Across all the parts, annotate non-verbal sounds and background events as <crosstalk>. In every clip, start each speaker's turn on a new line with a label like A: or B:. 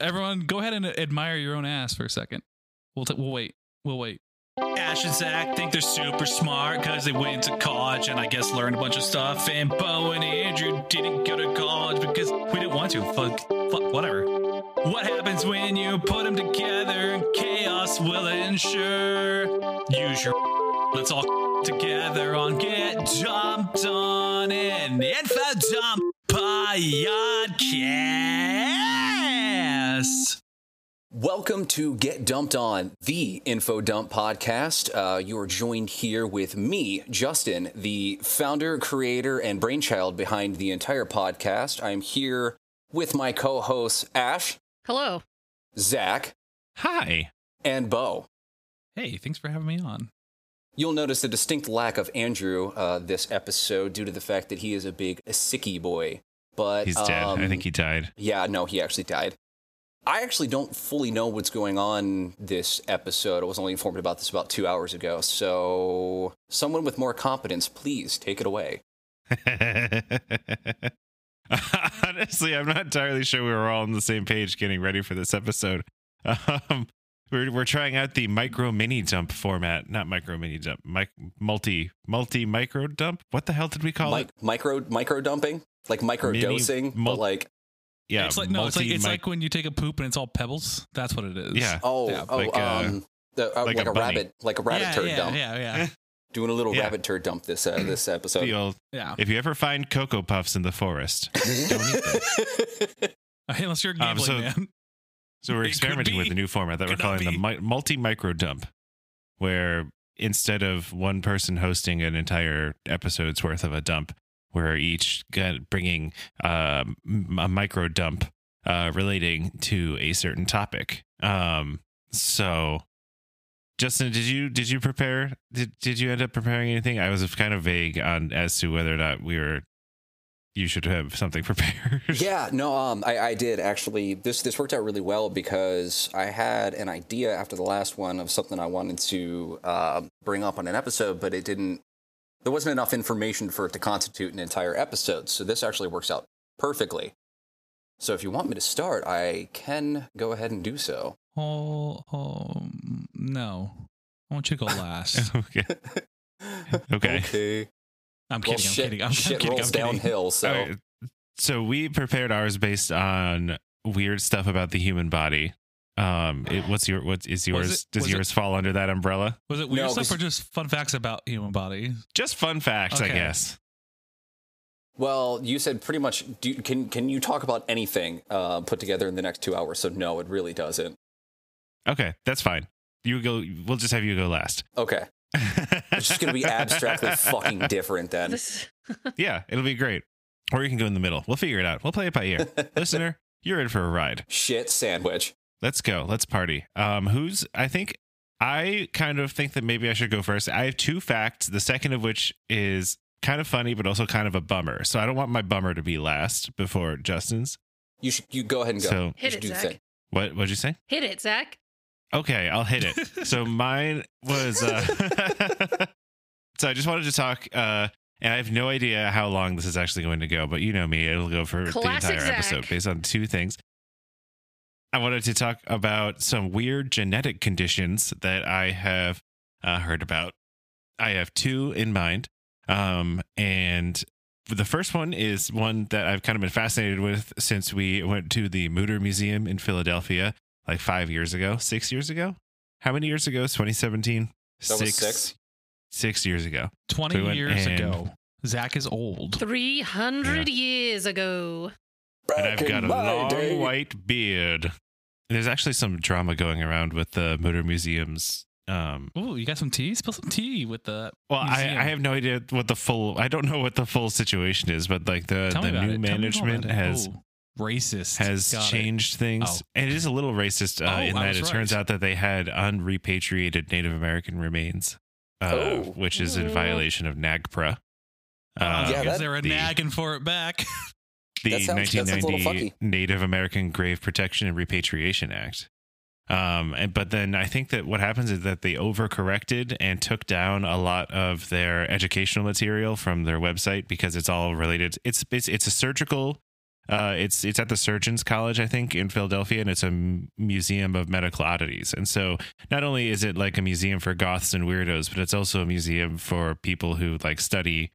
A: everyone, go ahead and admire your own ass for a second. We'll t- we'll wait. We'll wait.
B: Ash and Zach think they're super smart because they went to college and I guess learned a bunch of stuff. And Bo and Andrew didn't go to college because we didn't want to. Fuck, fuck, whatever. What happens when you put them together? Chaos will ensure. Use your. Let's all <laughs> together on Get Dumped on an Info Dump Podcast.
C: Welcome to Get Dumped On, the Info Dump podcast. Uh, you are joined here with me, Justin, the founder, creator, and brainchild behind the entire podcast. I'm here with my co hosts, Ash,
D: Hello.
C: Zach,
E: Hi.
C: and Bo.
A: Hey, thanks for having me on.
C: You'll notice a distinct lack of Andrew uh, this episode due to the fact that he is a big sicky boy. But
E: He's dead. I
C: um,
E: think he died. <laughs>
C: Yeah, no, he actually died. I actually don't fully know what's going on this episode. I was only informed about this about two hours ago. So, someone with more competence, please take it away.
E: Honestly, I'm not entirely sure we were all on the same page getting ready for this episode. Um, we're, we're trying out the micro mini dump format, not micro mini dump, mic, multi multi micro dump. What the hell did we call
C: Mi-
E: it?
C: micro micro dumping, like micro dosing,
E: mul-
C: but like
E: Yeah,
A: it's like no, it's like it's
E: multi-mic-
A: like when you take a poop and it's all pebbles. That's what it is.
E: yeah.
C: oh
A: Yeah,
C: oh
E: like, uh,
C: um the, uh,
E: like
C: like,
E: a
C: a,
E: bunny.
C: rabbit like a rabbit
A: yeah,
C: turd
A: yeah,
C: dump.
A: Yeah,
E: <laughs>
A: yeah,
C: Doing a little
E: Yeah.
C: rabbit turd dump this uh,
E: <clears throat>
C: this episode.
E: The old-
A: yeah. <laughs>
E: if you ever find cocoa puffs in the forest, don't eat them.
C: <laughs>
A: Unless you're a
E: Um,
A: gambling
E: so-
A: man.
E: So we're
B: It could
E: experimenting with
B: be.
E: a new format that
B: Could
E: we're
B: not
E: calling the
B: be.
E: mi- multi micro dump, where instead of one person hosting an entire episode's worth of a dump, we're each got- bringing um, m- a micro dump uh, relating to a certain topic. Um, so, Justin, did you did you prepare? Did did you end up preparing anything? I was kind of vague on as to whether or not we were. You should have something <laughs> prepared.
A: <laughs>
C: yeah no um I, I did actually this this worked out really well because i had an idea after the last one of something i wanted to uh, bring up on an episode but it didn't there wasn't enough information for it to constitute an entire episode so this actually works out perfectly so if you want me to start i can go ahead and do so <laughs>
A: Oh, oh, no. I want you
E: <laughs>
A: to go last.
E: okay. Okay.
C: okay
A: I'm
C: well,
A: kidding. I'm
C: shit,
A: kidding. I'm,
C: shit
A: I'm <laughs> kidding.
C: rolls
A: I'm kidding.
C: downhill so
E: All right. so we prepared ours based on weird stuff about the human body. Um, it, what's your what is yours?
A: it-
E: does
A: was it-
E: yours fall under that umbrella?
A: Was it weird
C: No,
A: stuff or
C: 'cause-
A: just fun facts about human bodies?
E: Just fun facts, I
A: Okay.
E: guess.
C: Well, you said pretty much. Do you, can can you talk about anything uh, put together in the next two hours? So no, it really doesn't.
E: Okay, that's fine. You go. We'll just have you go last.
C: Okay, it's just
E: <laughs>
C: gonna be abstractly fucking different then.
D: This
E: Yeah, it'll be great. Or you can go in the middle. We'll figure it out. We'll play it
C: <laughs>
E: by ear. Listener, you're in for a ride.
C: Shit sandwich.
E: Let's go. Let's party. Um, who's? I think I kind of think that maybe I should go first. I have two facts. The second of which is kind of funny, but also kind of a bummer. So I don't want my bummer to be last before Justin's.
C: You should you go ahead and go.
E: So
C: You
D: hit
C: should
D: it,
C: do the
D: Zach.
C: thing.
E: what? What'd you say?
D: Hit it, Zach.
E: Okay, I'll hit it. so mine was. Uh, <laughs> so I just wanted to talk. Uh, and I have no idea how long this is actually going to go, but you know me, it'll go for
D: Classic
E: the entire
D: Zach.
E: episode based on two things. I wanted to talk about some weird genetic conditions that I have uh, heard about. I have two in mind. Um, and the first one is one that I've kind of been fascinated with since we went to the Mutter Museum in Philadelphia like five years ago, six years ago. How many years ago? It's 2017.
C: That was six?
E: Six years ago.
A: 20
E: We went
A: years
E: and-
A: ago. Zach is old.
D: 300 years ago.
E: and I've got a long white beard. There's actually some drama going around with the Motor Museum's. Um,
A: Ooh, you got some tea? Spill some tea with the.
E: well, I,
A: museum.
E: I have no idea what the full. I don't know what the full situation is, but like the
A: Tell me
E: Uh, the
A: about it.
E: new
A: Tell me more
E: management
A: about it.
E: has
A: Ooh, racist
E: has
A: Got it.
E: changed things. And it is a little racist uh,
A: Oh,
E: in
A: I
E: that
A: was
E: it
A: right.
E: turns out that they had unrepatriated Native American remains, uh,
C: Oh.
E: which is in
D: Ooh.
E: violation of NAGPRA.
A: Uh,
C: Yeah,
A: yeah,
C: that-
A: they were
E: the-
A: nagging for it back. <laughs>
E: the
C: That sounds- that sounds a little
E: 1990 Native American Grave Protection and Repatriation Act. Um, and but then I think that what happens is that they overcorrected and took down a lot of their educational material from their website because it's all related. It's it's it's a surgical Uh, it's it's at the Surgeons College, I think, in Philadelphia, and it's a m- museum of medical oddities. And so, not only is it like a museum for goths and weirdos, but it's also a museum for people who like study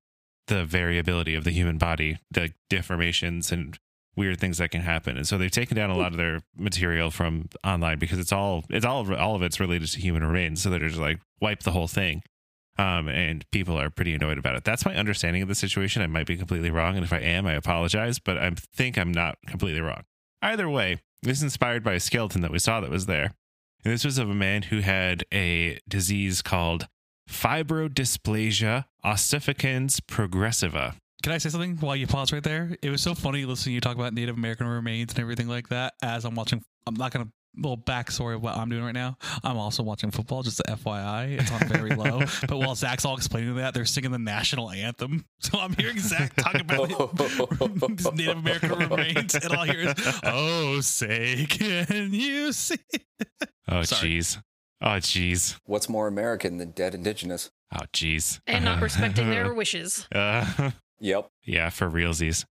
E: the variability of the human body, the deformations and weird things that can happen. And so, they've taken down a lot of their material from online because it's all it's all all of it's related to human remains. So they're just like wipe the whole thing. Um, and people are pretty annoyed about it. That's my understanding of the situation. I might be completely wrong, and if I am, I apologize, but I think I'm not completely wrong. Either way, this is inspired by a skeleton that we saw that was there. And this was of a man who had a disease called fibrodysplasia ossificans progressiva.
A: Can I say something while you pause right there? It was so funny listening to you talk about Native American remains and everything like that as I'm watching. I'm not going to. Little backstory of what I'm doing right now. I'm also watching football, just a FYI. It's on very
E: <laughs>
A: low. but while Zach's all explaining that, they're singing the national anthem. <laughs> So I'm hearing Zach talk about <laughs> Native American remains, and all I hear
E: <laughs>
A: is, "Oh, say can you see?"
E: Oh,
A: Sorry.
E: jeez. Oh, jeez.
C: What's more American than dead indigenous?
E: Oh, jeez.
D: and
E: <laughs>
D: not respecting their wishes.
E: Uh,
C: Yep.
E: Yeah, for realsies.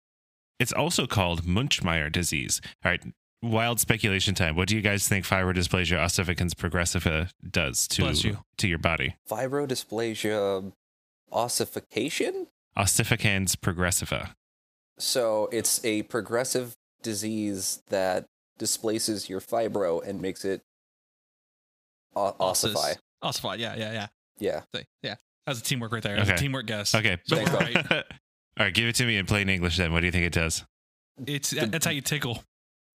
E: It's also called Munchmeyer disease. All right, wild speculation time. What do you guys think fibrodysplasia ossificans progressiva does
A: Bless
E: to
A: you.
E: to your body?
C: Fibrodysplasia ossification?
E: Ossificans progressiva.
C: So it's a progressive disease that displaces your fibro and makes it o- ossify.
A: Ossify. Yeah, yeah, yeah.
C: Yeah.
A: Say- Yeah, that was a teamwork right there. That was
E: Okay.
A: a teamwork guess.
E: Okay,
A: but
C: Thanks,
A: we're
C: Bob.
A: right.
E: <laughs> all right, give it to me in plain English. Then, what do you think it does?
A: It's that's how you tickle.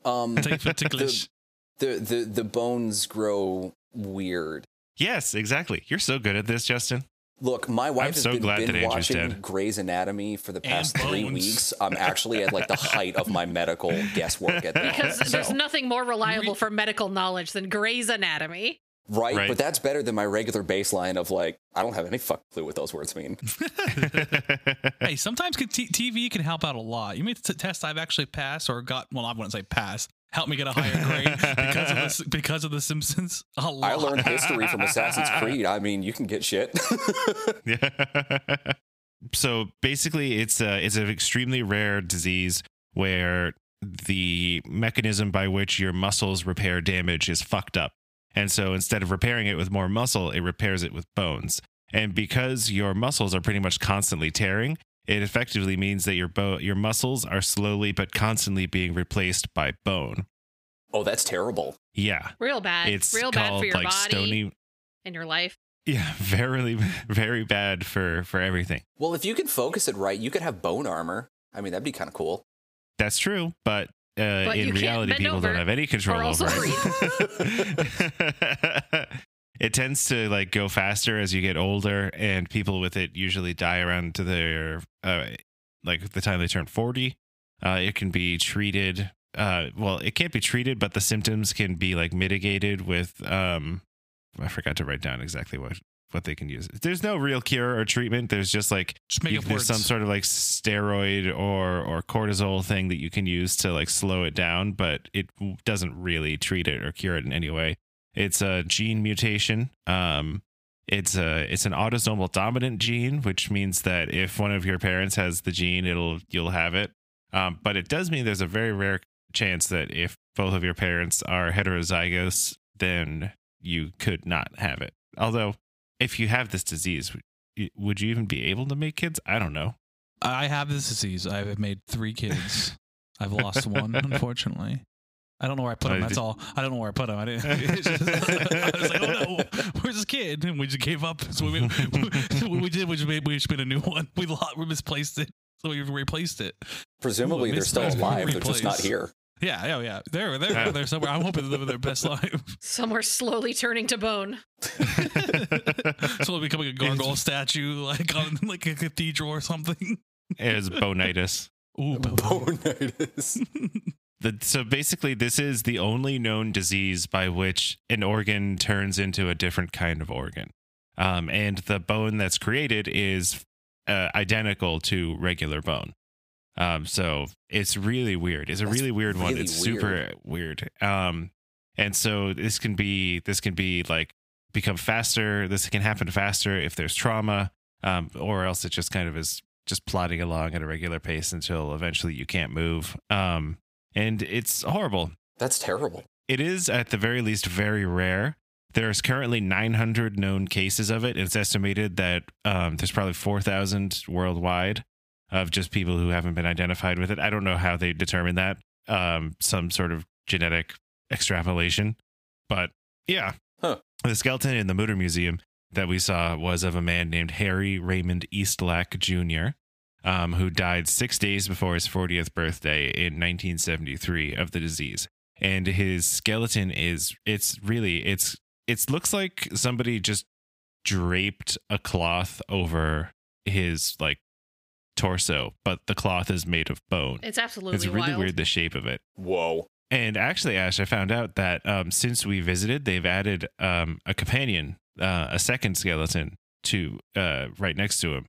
C: Um,
A: That's how you put ticklish.
C: <laughs> the, the, the bones grow weird.
E: Yes, exactly. You're so good at this,
D: <laughs>
E: Justin. <laughs>
C: Look, my wife has
E: so
C: been,
E: glad that
C: been
E: Andrew's
C: watching
E: dead.
C: Grey's Anatomy for the
A: And
C: past three
A: bones.
C: weeks. I'm actually at like the height of my medical guesswork at that.
D: Because there's
C: So-
D: nothing more reliable
A: Re-
D: for medical knowledge than Grey's Anatomy.
C: right,
E: Right.
C: but that's better than my regular baseline of like, I don't have any fuck clue what those words mean.
A: hey, sometimes can t- TV can help out a lot. You made the t- test I've actually passed or got. Well, I wouldn't say pass. Help me get a higher grade
E: <laughs>
A: because of the, s- because of the Simpsons. A lot.
C: I learned history from
E: <laughs>
C: Assassin's Creed. I mean, you can get shit. <laughs>
E: Yeah. <laughs> so basically, it's a it's an extremely rare disease where the mechanism by which your muscles repair damage is fucked up, and so instead of repairing it with more muscle, it repairs it with bones. And because your muscles are pretty much constantly tearing, it effectively means that your bo- your muscles are slowly but constantly being replaced by bone.
C: oh, that's terrible.
E: Yeah,
D: Real bad.
E: it's
D: Real
E: called
D: bad for your
E: like
D: body
E: stony. <laughs>
D: and your life.
E: Yeah, very <laughs> very bad for for everything.
C: Well, if you can focus it right, you could have bone armor. I mean, that'd be kind of cool.
E: That's true, but, uh,
D: But
E: in
D: you can't
E: reality,
D: bend
E: people
D: over
E: don't have any control
D: or
E: over
D: also
E: it. <laughs> it tends to like go faster as you get older, and people with it usually die around to their uh, like the time they turn forty. Uh, it can be treated. Uh, well, it can't be treated, but the symptoms can be like mitigated with. Um, I forgot to write down exactly what what they can use. There's no real cure or treatment. There's just like
A: Just make
E: you-
A: up
E: there's
A: words.
E: some sort of like steroid or or cortisol thing that you can use to like slow it down, but it w- doesn't really treat it or cure it in any way. It's a gene mutation. Um, it's a it's an autosomal dominant gene, which means that if one of your parents has the gene, it'll you'll have it. Um, but it does mean there's a very rare chance that if both of your parents are heterozygous, then you could not have it. Although, if you have this disease, y- would you even be able to make kids? I don't know. <laughs>
A: I have this disease. I've made three kids. I've lost one, unfortunately. I don't know where I put
E: Oh,
A: him. That's
E: did-
A: all. I don't know where I put him. I didn't. <laughs> it's just- I was like, oh no, where's this kid? And we just gave up. So we, we, <laughs> what we did. We just made, we just made a new one. We lot we misplaced it. So we replaced it.
C: Presumably,
A: Ooh,
C: they're still
A: misplaced
C: alive. They're just not
A: replace.
C: here.
A: Yeah, yeah, yeah. They're they're they're somewhere. I'm hoping they live their best life. <laughs>
D: Some are slowly turning to bone.
A: so becoming a gargoyle statue, like on <laughs> like a cathedral or something.
E: As bonitis.
A: Ooh,
C: Bonitis.
E: The, so basically, this is the only known disease by which an organ turns into a different kind of organ. Um, and the bone that's created is uh, identical to regular bone. Um, so it's really weird. It's a
C: That's
E: really weird one.
C: really
E: It's
C: weird.
E: super weird. Um, and so this can be this can be like become faster. This can happen faster if there's trauma, um, or else it just kind of is just plodding along at a regular pace until eventually you can't move. Um, and it's horrible.
C: That's terrible.
E: It is, at the very least, very rare. There's currently 900 known cases of it. It's estimated that um, there's probably 4,000 worldwide of just people who haven't been identified with it. I don't know how they determine that. Um, some sort of genetic extrapolation. But yeah.
C: Huh.
E: The skeleton in the Mutter Museum that we saw was of a man named Harry Raymond Eastlack Jr., um, who died six days before his 40th birthday in 1973 of the disease. And his skeleton is, it's really, it's, it looks like somebody just draped a cloth over his like torso, but the cloth is made of bone.
D: It's absolutely
E: It's really
D: wild.
E: weird the shape of it.
C: Whoa.
E: And actually, Ash, I found out that um, since we visited, they've added um, a companion, uh, a second skeleton, to uh, right next to him,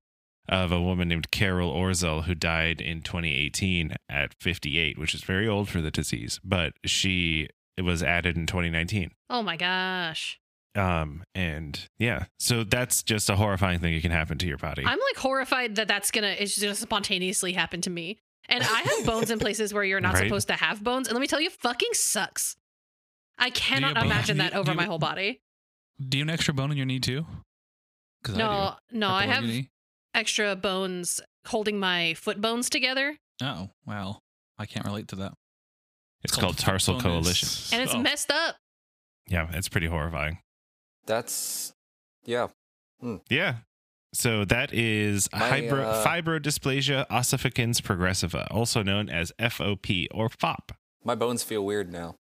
E: of a woman named Carol Orzel who died in 2018 at 58, which is very old for the disease. But she it was added in 2019.
D: Oh my gosh.
E: Um, and yeah, so that's just a horrifying thing that can happen to your body.
D: I'm like horrified that that's gonna it's just gonna spontaneously happen to me. And I
E: <laughs>
D: have bones in places where you're not
E: Right.
D: supposed to have bones. And let me tell you, fucking sucks. I cannot
A: but-
D: imagine that
A: do you-
D: over
A: do
D: my
A: you-
D: whole body.
A: Do you have an extra bone in your knee too? 'Cause
D: No, no, I
A: bone in
D: have
A: your knee.
D: extra bones holding my foot bones together,
A: Oh wow, I can't relate to that.
E: it's called tarsal
A: bonus.
E: coalition.
D: and it's
A: Oh.
D: messed up.
E: Yeah, it's pretty horrifying.
C: That's yeah.
E: Yeah. So that is
C: My,
E: hybro-
C: uh,
E: fibrodysplasia ossificans progressiva, also known as FOP or FOP.
C: My bones feel weird now.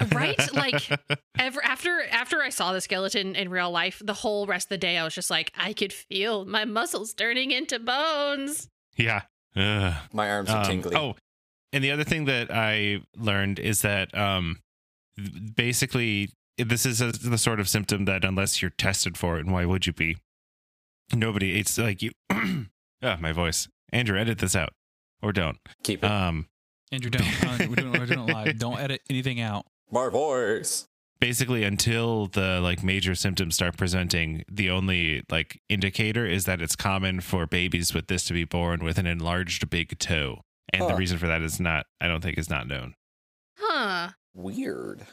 E: <laughs>
D: Right? Like ever after after I saw the skeleton in real life, the whole rest of the day I was just like, I could feel my muscles turning into bones.
E: yeah. Ugh.
C: My arms are
E: Um,
C: tingly.
E: oh, and the other thing that I learned is that um, th- basically this is a, the sort of symptom that unless you're tested for it, and why would you be? Nobody. It's like you. <clears throat> Ah, my voice. Andrew, edit this out or don't.
C: Keep it.
E: Um,
A: Andrew, don't. uh, we're doing, we're doing it
E: <laughs>
A: live. Don't edit anything out.
C: my voice.
E: basically until the like major symptoms start presenting the only like indicator is that it's common for babies with this to be born with an enlarged big toe and the
C: Huh.
E: reason for that is not i don't think is not known <laughs>
D: Huh.
C: Weird.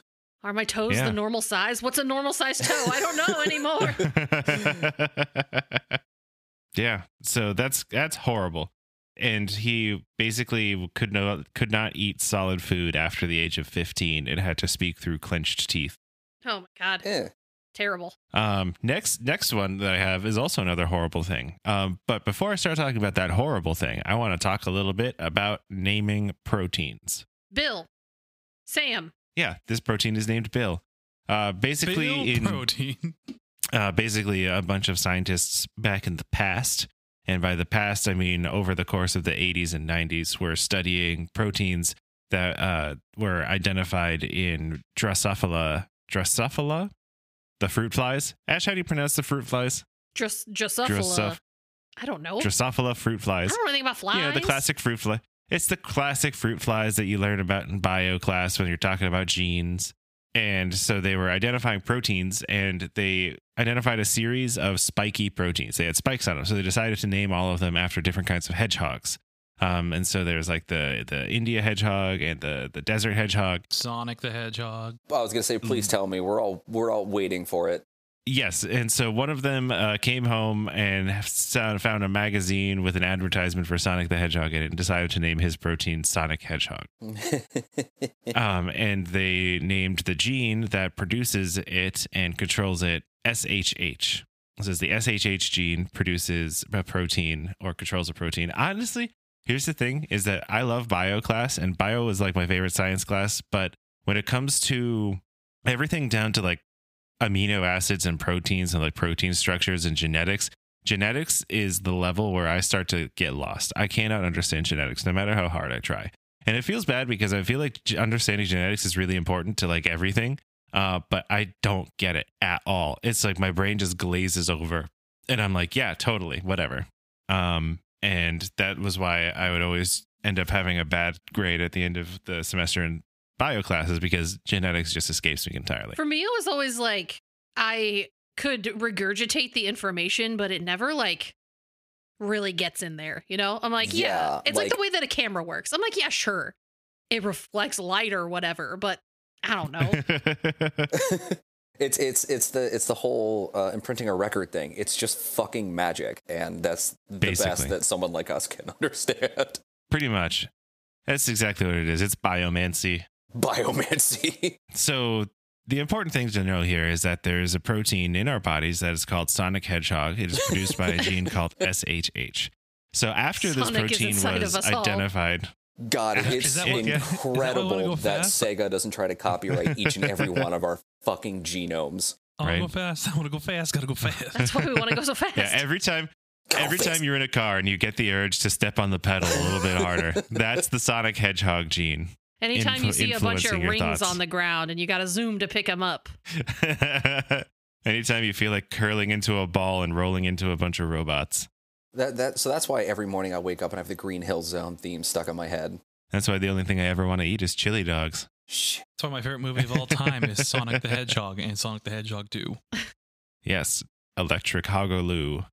D: Are my toes
E: Yeah.
D: the normal size? What's a normal size toe? I don't know anymore.
E: <laughs> yeah so that's that's horrible and he basically could no could not eat solid food after the age of 15 and had to speak through clenched teeth
D: Oh my god.
C: Eh.
D: Terrible.
E: Um, next next one that I have is also another horrible thing. Um, but before I start talking about that horrible thing, I want to talk a little bit about naming proteins.
D: Bill. Sam.
E: Yeah, this protein is named Bill. Uh, basically,
A: Bill
E: in
A: protein.
E: uh, basically a bunch of scientists back in the past and by the past i mean over the course of the 80s and 90s were studying proteins that uh, were identified in drosophila drosophila the fruit flies ash how do you pronounce the fruit flies
D: Dros- Drosophila.
E: Drosoph-
D: I don't know.
E: drosophila fruit
D: I
E: flies
D: don't know anything about flies.
E: you know the classic fruit fly it's the classic fruit flies that you learn about in bio class when you're talking about genes and so they were identifying proteins and they identified a series of spiky proteins they had spikes on them so they decided to name all of them after different kinds of hedgehogs um, and so there's like the the india hedgehog and the the desert hedgehog
A: Sonic the Hedgehog.
C: I was gonna say, please tell me. We're all we're all waiting for it. <laughs>
E: Yes, and so one of them uh, came home and found found a magazine with an advertisement for Sonic the Hedgehog in it, and decided to name his protein Sonic Hedgehog. um, and they named the gene that produces it and controls it SHH. This is the SHH gene produces a protein or controls a protein. Honestly, here's the thing: is that I love bio class, and bio is like my favorite science class. But when it comes to everything down to like amino acids and proteins and like protein structures and genetics. Genetics is the level where I start to get lost. I cannot understand genetics no matter how hard I try. And it feels bad because I feel like g- understanding genetics is really important to like everything. Uh, but I don't get it at all. It's like my brain just glazes over and I'm like, yeah, totally, whatever. Um, and that was why I would always end up having a bad grade at the end of the semester in bio classes because genetics just escapes me entirely.
D: For me, it was always like I could regurgitate the information, but it never like really gets in there. You know, I'm like, yeah,
C: Yeah,
D: it's like,
C: like-
D: the way that a camera works. I'm like, yeah, sure, it reflects light or whatever, but I don't know.
C: it's it's it's the it's the whole uh, imprinting a record thing. It's just fucking magic, and that's the
E: Basically.
C: best that someone like us can <laughs> understand.
E: <laughs> Pretty much. That's exactly what it is. It's biomancy.
C: Biomancy.
E: So the important thing to know here is that there is a protein in our bodies that is called sonic hedgehog. It is produced by
D: <laughs>
E: a gene called SHH. So after
D: Sonic is
E: this
D: inside
E: protein
D: of
E: was
D: us all.
E: identified,
C: God, it's
A: Is that
E: what- yeah.
A: Is that why we
C: incredible
A: go
C: that
A: fast?
C: Sega doesn't try to copyright each and every one of our fucking genomes.
A: I want to go
E: Right.
A: fast. I want to go fast.
E: <laughs>
A: Gotta go fast.
D: That's why we want to go so fast.
E: yeah, every time
C: Go
E: every
C: fix-
E: time you're in a car and you get the urge to step on the pedal a little
D: <laughs>
E: bit harder, that's the sonic hedgehog gene. <laughs>
D: Anytime you
E: influ-
D: see a bunch of
E: influencing your
D: rings
E: thoughts.
D: on the ground and you got to zoom to pick them up, <laughs>
E: Anytime you feel like curling into a ball and rolling into a bunch of robots.
C: that that so that's why every morning I wake up and have the Green Hill Zone theme stuck in my head.
E: That's why the only thing I ever want to eat is chili dogs.
C: Shh.
A: That's why my favorite movie of all time is Sonic the Hedgehog and Sonic the Hedgehog 2.
E: Yes, electric <laughs> hoggaloo.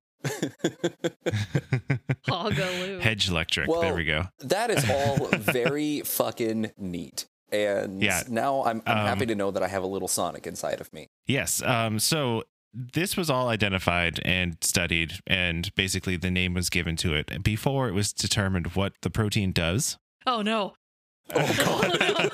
D: Hoggaloo.
E: Hedge electric.
C: Well,
E: there we go.
C: <laughs> that is all very fucking neat. And
E: Yeah.
C: now I'm, I'm
E: Um,
C: happy to know that I have a little Sonic inside of me.
E: Yes. Um, so this was all identified and studied, and basically the name was given to it before it was determined what the protein does.
D: Oh no.
E: <laughs> Oh,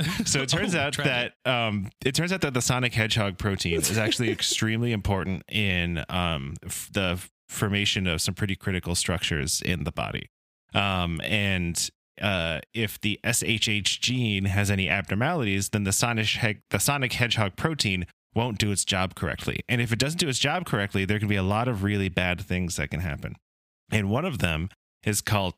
E: <laughs> So it turns
A: Oh,
E: out
A: tragic.
E: that um, it turns out that the sonic hedgehog protein is actually extremely important in um, f- the formation of some pretty critical structures in the body. Um, and uh, if the SHH gene has any abnormalities, then the sonic heg- the sonic hedgehog protein won't do its job correctly. And if it doesn't do its job correctly, there can be a lot of really bad things that can happen. And one of them is called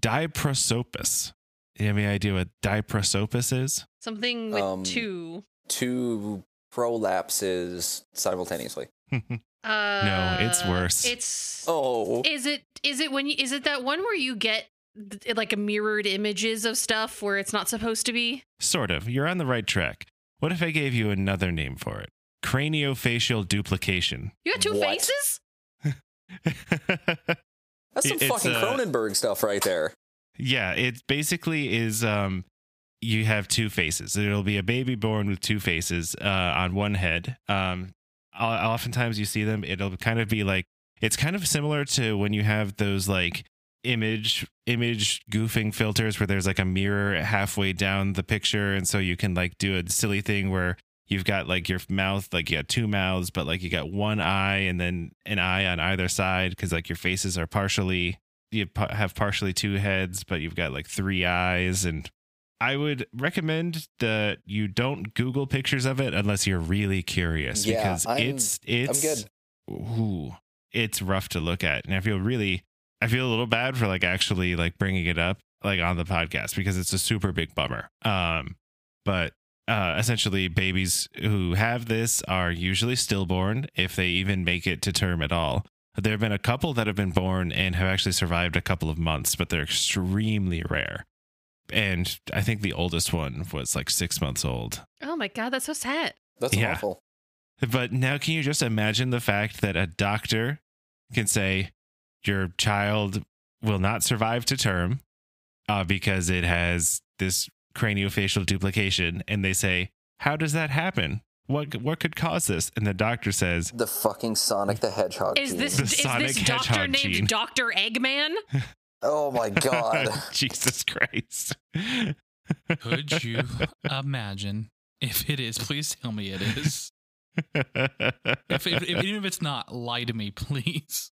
E: diprosopis. You have any idea what diprosopis is?
D: Something with
C: Um,
D: two.
C: <laughs> Two prolapses simultaneously.
D: Uh,
E: it's worse.
D: It's
C: Oh,
D: is it is it when you, is it that one where you get th- like mirrored images of stuff where it's not supposed to be?
E: <laughs> sort of. You're on the right track. What if I gave you another name for it? Craniofacial duplication. <laughs>
D: You got two
C: What?
D: faces.
C: that's some
E: it's,
C: fucking
E: uh,
C: Cronenberg stuff right there.
E: yeah, it basically is um you have two faces. There'll be a baby born with two faces uh, on one head. Um, o- oftentimes you see them. It'll kind of be like it's kind of similar to when you have those like image image goofing filters where there's like a mirror halfway down the picture, and so you can like do a silly thing where you've got like your mouth like you got two mouths but like you got one eye and then an eye on either side because like your faces are partially you pa- have partially two heads but you've got like three eyes and i would recommend that you don't google pictures of it unless you're really curious
C: Yeah,
E: because
C: I'm-
E: it's it's
C: good.
E: ooh, it's rough to look at and i feel really i feel a little bad for like actually like bringing it up like on the podcast because it's a super big bummer um but uh, essentially babies who have this are usually stillborn if they even make it to term at all. There have been a couple that have been born and have actually survived a couple of months, but they're extremely rare. And I think the oldest one was like six months old.
D: Oh my god, that's so sad.
C: That's
E: yeah.
C: awful.
E: But now, can you just imagine the fact that a doctor can say your child will not survive to term uh, because it has this craniofacial duplication, and they say, "How does that happen? What what could cause this?" And the doctor says,
C: The fucking Sonic the Hedgehog.
D: Is
C: gene.
D: this
E: The
D: is
E: Sonic
D: this doctor
E: Hedgehog
D: named
E: gene.
D: Doctor Eggman?
C: Oh
E: <laughs>
C: my god.
E: Jesus Christ!" <laughs>
A: Could you imagine? If it is, please tell me it is. If, if, if even if it's not, lie to me, please.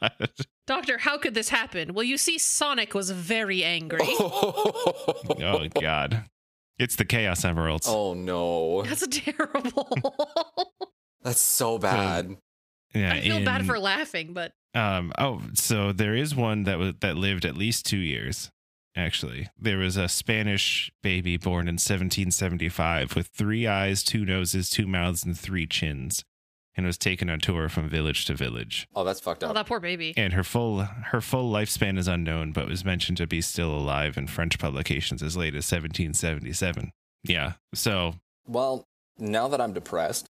E: God.
D: Doctor, how could this happen? Well, you see, Sonic was very angry.
C: <laughs> oh.
E: Oh God. It's the Chaos Emeralds.
C: no.
D: <laughs> That's
E: <laughs>
D: terrible.
C: That's so
E: Um,
C: bad.
E: Yeah,
D: I feel
E: in-
D: bad for laughing, but
E: Um. Oh, so there is one that was that lived at least two years. Actually, there was a Spanish baby born in 1775 with three eyes, two noses, two mouths, and three chins, and was taken on tour from village to village.
C: Oh, that's fucked
D: oh,
C: up.
D: that poor baby.
E: And her full her full lifespan is unknown, but was mentioned to be still alive in French publications as late as 1777. Yeah. So <laughs>
C: Well, now that I'm depressed,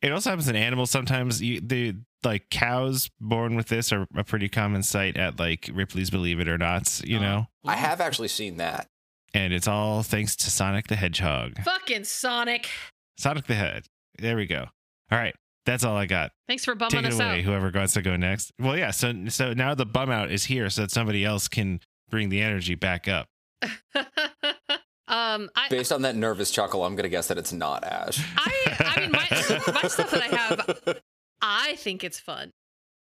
E: It also happens in animals sometimes. You, the like cows born with this are a pretty common sight at like Ripley's Believe It or Not, you
D: Uh-huh.
A: Uh,
E: know.
C: I have actually seen that.
E: And it's all thanks to Sonic the Hedgehog.
D: <laughs> Fucking Sonic.
E: Sonic the Hedgehog. There we go. All right, that's all I got.
D: Thanks for bumming
E: Take it
D: us
E: away,
D: out.
E: whoever wants to go next. Well, yeah. So so now the bum out is here, so that somebody else can bring the energy back up.
D: <laughs> um, I,
C: Based on that nervous chuckle, I'm going to guess that it's not Ash.
D: <laughs> I, I mean, my, my stuff that I have, I think it's fun,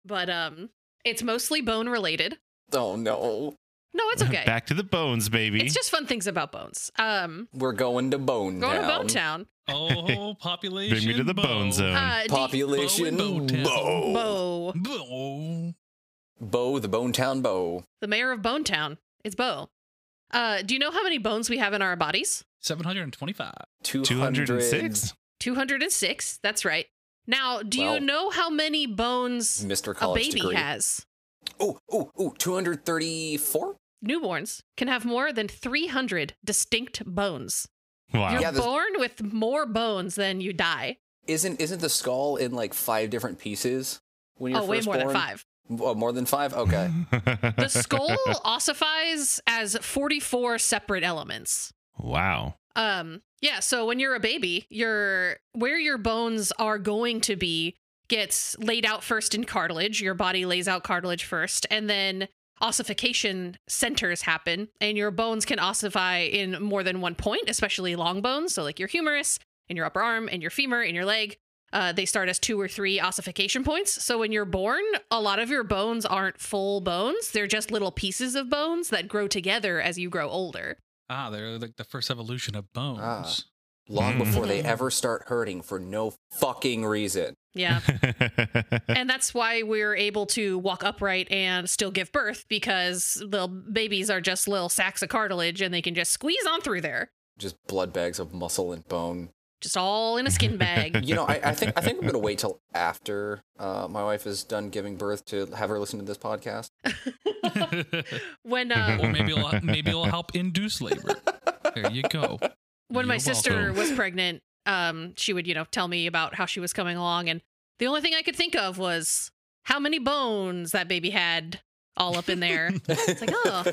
D: but um, it's mostly bone related.
C: <laughs> Oh no,
D: No,
E: <laughs>
D: it's okay.
E: Back to the bones, baby.
D: It's just fun things about bones. Um,
C: we're going to Bone
D: going
C: Town.
D: to Bone Town.
A: Oh, population.
E: Bring me to the
A: bow.
E: bone zone.
D: Uh, D-
C: Population
A: Bow and Bone Town.
C: Bow.
D: Bo,
A: Bow.
C: Bo, the Bone Town Bo.
D: the mayor of Bone Town, is Bo. Uh, do you know how many bones we have in our bodies?
A: 725.
C: 200.
E: 206?
D: 206. That's right. Now, do
C: Wow.
D: you know how many bones
C: Mr.
D: a
C: College
D: baby
C: degree.
D: has?
C: Oh, oh, oh, 234?
D: Newborns can have more than 300 distinct bones.
E: Wow.
D: You're
C: Yeah, this-
D: born with more bones than you die.
C: Isn't isn't the skull in like five different pieces when you're
D: oh, way
C: first
D: more
C: born?
D: than five.
C: Oh, more than five? Okay.
E: <laughs>
D: The skull ossifies as 44 separate elements.
E: Wow.
D: Um, yeah, so when you're a baby, your where your bones are going to be gets laid out first in cartilage. Your body lays out cartilage first, and then ossification centers happen, and your bones can ossify in more than one point, especially long bones, so like your humerus and your upper arm and your femur and your leg. Uh, they start as two or three ossification points. So when you're born, a lot of your bones aren't full bones. They're just little pieces of bones that grow together as you grow older.
A: Ah, they're like the first evolution of bones.
C: Ah. Long
E: Mm.
C: before they ever start hurting for no fucking reason.
E: <laughs>
D: Yeah. and that's why we're able to walk upright and still give birth because little babies are just little sacks of cartilage and they can just squeeze on through there,
C: Just blood bags of muscle and bone.
D: just all in a skin
E: <laughs>
D: bag.
C: You know, I, I think I think I'm gonna wait till after uh, my wife is done giving birth to have her listen to this podcast.
A: <laughs>
D: Ah. when uh,
A: or maybe it'll, maybe it'll help induce labor. There you go.
D: when my
A: You're
D: sister
A: welcome.
D: was pregnant, um, she would you know tell me about how she was coming along, and the only thing I could think of was how many bones that baby had all up in
E: <laughs>
D: there.
C: It's
D: like, oh.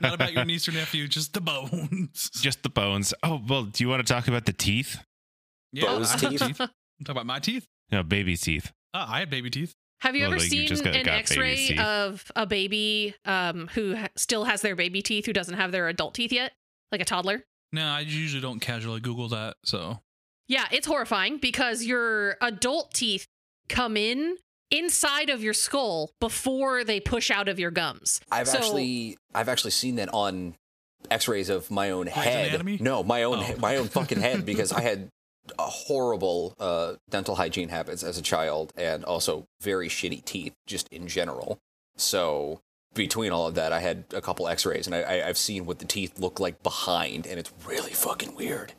A: Not about your niece or nephew, just the bones. <laughs>
E: Just the bones. Oh, well, do you want to talk about the teeth?
A: <laughs>
C: Bones
A: I-
C: teeth?
A: Talk about my teeth.
E: No, baby teeth.
A: Ah, I had baby teeth.
D: Have you
E: Well,
D: ever
E: like, you
D: seen
E: just got-
D: an
E: got
D: X-ray
E: baby's teeth.
D: of a baby um, who ha- still has their baby teeth, who doesn't have their adult teeth yet, like a toddler?
A: No, I usually don't casually Google that. So
D: Yeah, it's horrifying because your adult teeth come in inside of your skull before they push out of your gums.
C: <laughs> I've
D: So-
C: actually I've actually seen that on X-rays of my own head.
A: Anatomy?
C: No, my own
A: Oh.
C: my own
A: <laughs>
C: fucking head because I had a horrible uh, dental hygiene habits as a child and also very shitty teeth just in general. So between all of that, I had a couple X-rays and I, I, I've seen what the teeth look like behind, and it's really fucking weird.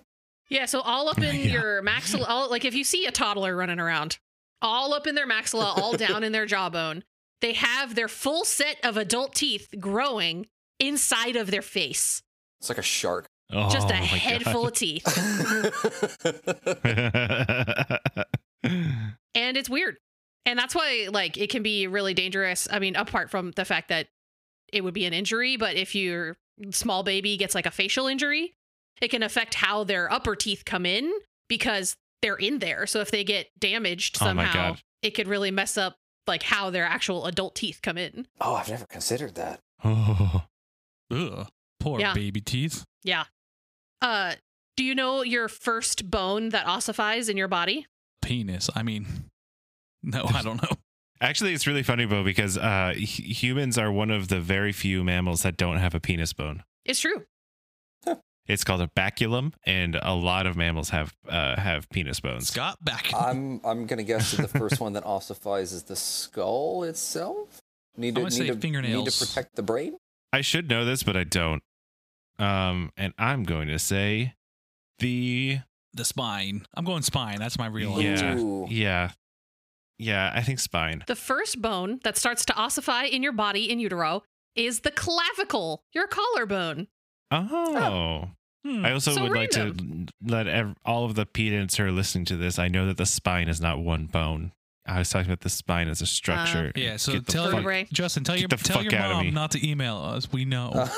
D: Yeah, so all
E: <laughs>
D: up in
E: Yeah.
D: your maxilla, all, like if you see a toddler running around, all up in their maxilla,
E: <laughs>
D: all down in their jawbone, they have their full set of adult teeth growing inside of their face.
C: It's like a shark.
E: Oh,
D: Just a
E: my
D: head
E: God.
D: full of teeth. and it's weird and that's why like it can be really dangerous i mean apart from the fact that it would be an injury but if your small baby gets like a facial injury it can affect how their upper teeth come in because they're in there so if they get damaged
E: Oh my
D: somehow
E: God.
D: it could really mess up like how their actual adult teeth come in
C: <laughs> oh, I've never considered
E: <laughs>
C: that.
E: <laughs> oh.
A: ugh, poor
D: Yeah.
A: baby teeth.
D: uh do you know your first bone that ossifies in your body
A: Penis. I mean, no, I don't know.
E: Actually, it's really funny, Bo, because uh, hu- humans are one of the very few mammals that don't have a penis bone.
D: it's true
E: It's called a baculum, and a lot of mammals have uh, have penis bones.
A: Scott back.
C: I'm I'm gonna guess that the first one that ossifies is the skull itself. Need
A: I'm
C: to
A: gonna
C: need
A: say
C: to, need
A: fingernails.
C: to protect the brain.
E: I should know this, but I don't. Um, and I'm going to say the
A: the spine. I'm going spine. That's my real
E: Yeah.
A: answer.
C: Ooh. <laughs>
E: yeah, yeah. I think spine.
D: The first bone that starts to ossify in your body in utero is the clavicle, your collarbone.
E: Oh,
A: Hmm.
E: I also
D: So
E: would like to let ev- all of the pedants who are listening to this. I know that the spine is not one bone. I was talking about the spine as a structure.
A: yeah, so
E: Get the
A: tell
E: fuck- <laughs>
A: your,
D: Vertebrae.
A: Justin, tell
E: Get
A: your
E: the
A: tell
E: fuck
A: your
E: outta me.
A: mom not to email us. We know.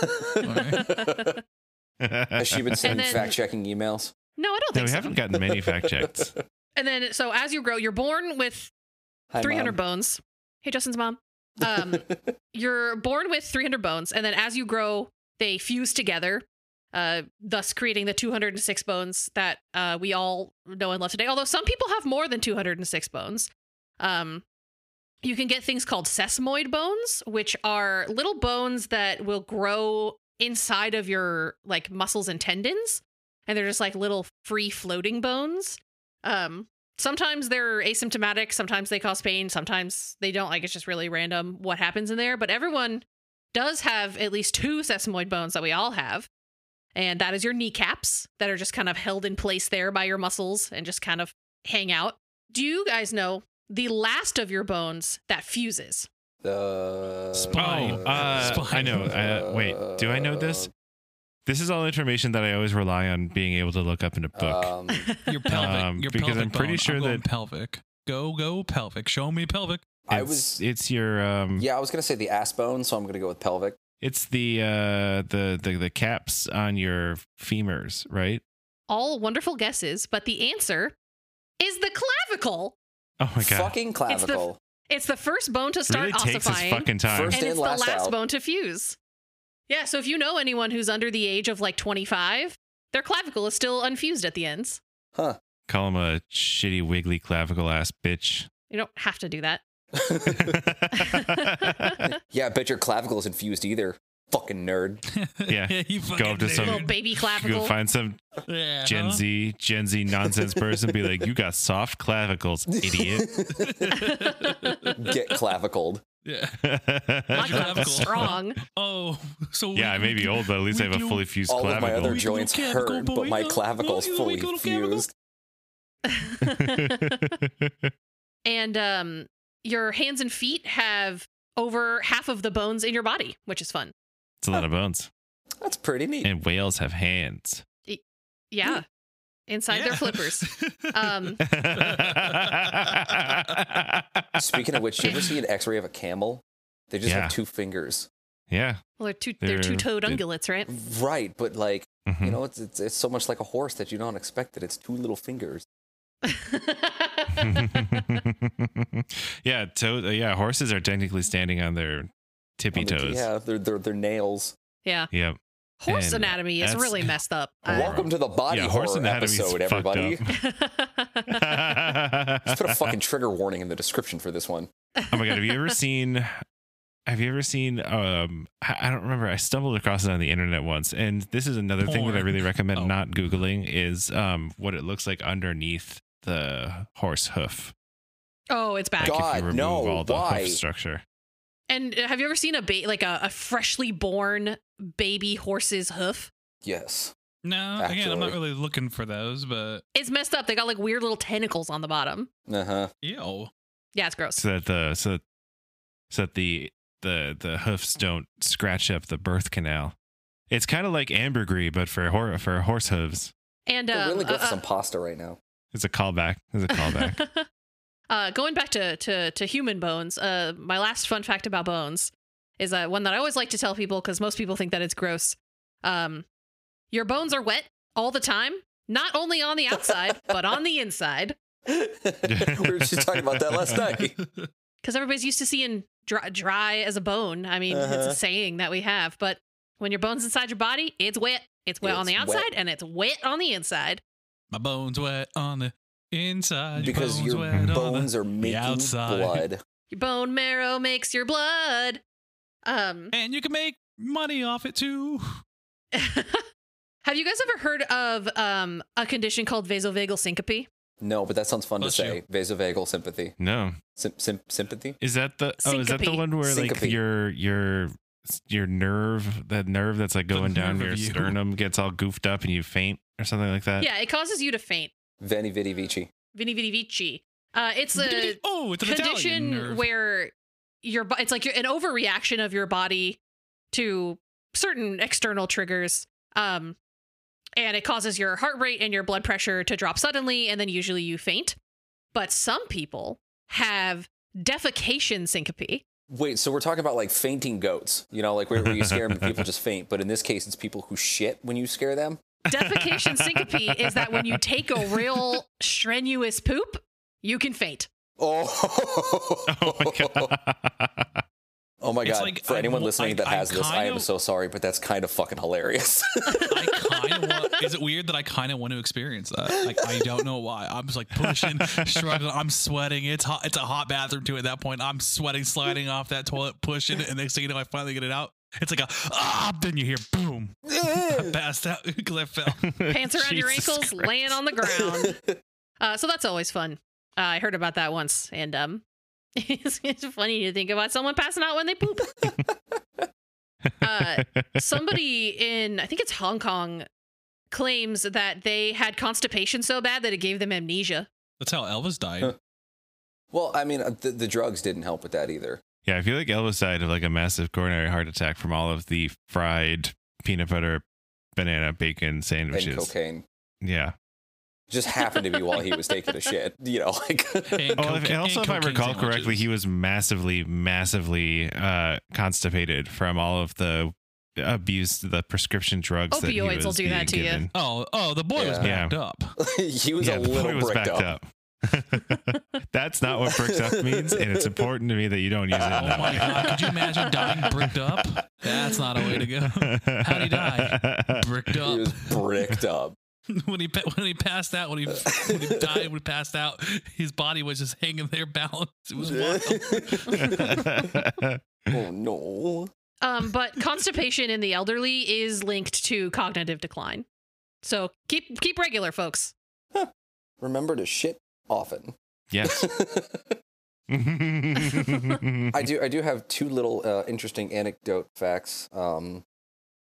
C: As she would send
D: then-
C: fact checking emails.
D: No, I don't
E: No,
D: think
E: we
D: so.
E: haven't gotten many fact
C: <laughs>
E: checks.
D: And then, so as you grow, you're born with
C: Hi,
D: 300
C: Mom.
D: bones. Hey, Justin's mom. Um, you're born with 300 bones, and then as you grow, they fuse together, uh, thus creating the 206 bones that uh, we all know and love today. Although some people have more than 206 bones. Um, you can get things called sesamoid bones, which are little bones that will grow inside of your like muscles and tendons, and they're just like little free floating bones. Um, sometimes they're asymptomatic, sometimes they cause pain, sometimes they don't. Like it's just really random what happens in there. But everyone does have at least two sesamoid bones that we all have. And that is your kneecaps that are just kind of held in place there by your muscles and just kind of hang out. Do you guys know the last of your bones that fuses?
C: <laughs> The
A: Spine.
E: Oh, uh, I
C: <laughs>
E: know. Uh, wait, do I know this? This is all information that I always rely on being able to look up in a book.
C: Um,
A: Your pelvic.
E: Um,
A: your
E: because
A: pelvic
E: I'm pretty
A: bone.
E: sure
A: going
E: that-
A: pelvic. Go go pelvic. Show me pelvic. <laughs>
C: I
E: It's-
C: was.
E: It's your. Um,
C: Yeah, I was gonna say the ass bone, so I'm gonna go with pelvic.
E: It's the uh the, the the caps on your femurs, right?
D: <laughs> All wonderful guesses, but the answer is the clavicle.
E: Oh my god!
C: Fucking clavicle.
D: It's the first bone to start
E: really takes his
D: ossifying.
E: fucking time.
C: First-
D: and
C: and
D: it's
C: last
D: the last
C: out.
D: bone to fuse. Yeah, so if you know anyone who's under the age of like 25, their clavicle is still unfused at the ends.
C: Huh.
E: Call him a shitty wiggly clavicle ass
C: <laughs>
E: bitch. <laughs>
D: You don't have to do that. <laughs>
C: yeah, I bet your clavicle isn't fused either. Fucking nerd.
E: Yeah.
A: you fucking
E: up to
A: nerd.
E: some-
D: Little baby
E: Go
D: clavicle.
E: find some
A: Yeah,
E: Gen
A: huh?
E: Z Gen Z nonsense person. Be like, you got soft
C: <laughs>
E: clavicles, idiot.
C: Get clavicled.
A: <laughs> Yeah.
E: <laughs>
D: My clavicle's
A: Clavicle.
D: strong. <laughs>
A: Oh, so
E: Yeah, I may be old, but at least I
A: we
E: have a
A: do-
E: fully fused
C: All of my
E: clavicle.
C: other
A: Weak
C: joints
A: little clavicle
C: hurt, but
A: boy,
C: my
A: no.
C: clavicle's
A: Weak
C: fully
A: little clavicle.
C: fused.
D: and um, your hands and feet have over half of the bones in your body, which is fun.
E: <laughs> it's a lot of bones.
C: That's pretty neat.
E: And whales have hands. <laughs>
D: Yeah. Inside their
A: <laughs>
D: flippers.
E: <laughs>
D: Um,
C: Speaking of which, you ever see an X-ray of a camel? They just
E: Yeah.
C: have two fingers.
E: yeah.
D: well, they're two they're,
E: They're-
D: two toed
E: they-
D: ungulates,
E: <laughs>
D: right? <laughs>
C: Right, but like
E: Mhm.
C: you know, it's, it's it's so much like a horse that you don't expect it. It's two little fingers.
E: <laughs> yeah, to- uh, yeah, horses are technically standing on their tippy
C: On the-
E: toes.
C: Yeah, they're they're, they're nails.
D: yeah.
E: Yep.
D: Horse
E: And
D: anatomy is
E: that's-
D: really messed up. I-
C: Welcome to the body
E: yeah,
C: horror
E: horse anatomy's
C: episode,
E: fucked
C: everybody. <laughs>
E: up. <laughs>
C: Just put a fucking trigger warning in the description for this one.
E: oh my god, have you ever seen have you ever seen um I I don't remember, I stumbled across it on the internet once. And this is another thing that I
A: Porn.
E: really recommend
A: Oh.
E: not googling is um what it looks like underneath the horse hoof.
D: oh, it's bad.
E: Like if you
C: God,
E: remove
C: no,
E: all the
C: why?
E: hoof structure.
D: And uh, have you ever seen a ba- like a, a freshly born baby horse's hoof?
C: Yes.
A: No, again, I'm not
C: Actually.
A: really looking for those, but
D: It's messed up. They got like weird little tentacles on the bottom.
C: Uh huh.
A: ew.
D: Yeah, it's gross.
E: so that the so that, so that the the the hoofs don't scratch up the birth canal. It's kind of like ambergris, but for hor- for horse hooves.
D: And
C: They're
D: um,
C: really good
D: uh,
A: uh-uh.
C: for some
D: uh,
C: pasta right now.
E: It's a callback. It's
A: <laughs>
E: a callback.
D: <laughs> uh, going back to, to to human bones. Uh, my last fun fact about bones is uh, one that I always like to tell people because most people think that it's gross. Um, your bones are wet all the time, not only on the outside but on the inside.
C: we were just talking about that last night.
D: because everybody's used to seeing dry, dry as a bone. I mean, it's
C: Uh-huh.
D: a saying that we have, but when your bone's inside your body, it's wet. It's wet on
C: It's
D: the
C: wet.
D: outside and it's wet on the inside.
A: My bones wet on the inside.
C: Because
A: your
C: your
A: bones, wet on the-
C: bones are making
A: outside.
C: blood.
D: Your bone marrow makes your blood. Um, <laughs>
A: and you can make money off it too.
D: have you guys ever heard of um, a condition called vasovagal syncope?
C: No, but that sounds fun
A: Bless
C: to say. Vasovagal sympathy.
E: no,
C: Sym- sym- sympathy?
E: is that the oh is that the
D: Syncope.
E: one where like
C: Syncope.
E: your your your nerve that nerve that's like
A: The
E: going down
A: nerve
E: your
A: of you.
E: sternum gets all goofed up and you faint or something like that?
D: Yeah, it causes you to faint.
C: Veni vidi vici.
D: Vini vidi vici. Uh, it's a
A: <laughs> oh, it's an Italian
D: condition
A: nerve.
D: where your bo- it's like your- an overreaction of your body to certain external triggers um and it causes your heart rate and your blood pressure to drop suddenly, and then usually you faint. But some people have defecation syncope.
C: Wait, so we're talking about like fainting goats, you know, like where, where you scare them, people just faint. But in this case, it's people who shit when you scare them. <laughs>
D: Defecation syncope is that when you take a real
A: <laughs>
D: strenuous poop, you can faint.
C: Oh,
E: <laughs> Oh
C: <laughs>
E: my god. <laughs>
C: Oh my
B: It's
C: god!
B: like,
C: For
B: I
C: anyone
B: wa-
C: listening
B: I-
C: that
B: I
C: has this, I am
B: kinda-
C: so sorry, but that's kind of fucking hilarious. <laughs>
B: I kind of want.
A: Is it weird that I kind of want to experience that? Like I don't know why. I'm just like pushing, struggling. I'm sweating. It's hot. It's a hot bathroom too. At that point, I'm sweating, sliding off that toilet, pushing it, and next thing you know, I finally get it out. It's like a ah. Then you hear boom. I passed out <laughs> because I fell.
D: Pants around your
E: Jesus
D: ankles,
E: Christ.
D: laying on the ground.
E: <laughs>
D: Uh, so that's always fun. Uh, I heard about that once, and um, <laughs> it's, it's funny to think about someone passing out when they
E: <laughs>
D: poop. uh, somebody in, I think it's Hong Kong, claims that they had constipation so bad that it gave them amnesia.
A: That's how Elvis
C: Huh. <laughs>
A: died.
C: well, I mean, uh, the, the drugs didn't help with that either.
E: Yeah, I feel like Elvis died of like a massive coronary heart attack from all of the fried peanut butter banana bacon sandwiches.
C: and cocaine
E: Yeah.
C: just happened to be while he was taking a shit. You know, like
A: And
E: Well, if,
A: coca-
E: Oh, and also,
A: and
E: if I
A: cocaine
E: recall correctly,
A: sandwiches.
E: he was massively, massively uh, constipated from all of the abuse, the prescription drugs. that he
D: Opioids
E: was
D: will do that to you.
E: being given.
A: Oh, oh, the boy was
C: Yeah.
E: Yeah.
A: backed up.
C: <laughs> he was a
E: the
C: little
E: boy was
C: bricked
E: backed
C: up.
E: <laughs> That's not what bricked up means, and it's important to me that you don't use it. in
A: Oh
E: that
A: my
E: way.
A: god! Could you imagine dying bricked up? That's not a way to
E: <laughs>
A: go. How'd he die? Bricked
C: He
A: up. <laughs>
C: was bricked up.
A: when he pa- when he passed out, when he when he died, when he passed out, his body was just hanging there, balanced. It was wild.
C: <laughs>
E: <laughs>
C: oh no!
D: Um, but constipation in the elderly is linked to cognitive decline. So keep keep regular, folks.
C: Remember to shit often. <laughs>
E: yes. <laughs>
C: I do. I do have two little uh, interesting anecdote facts um,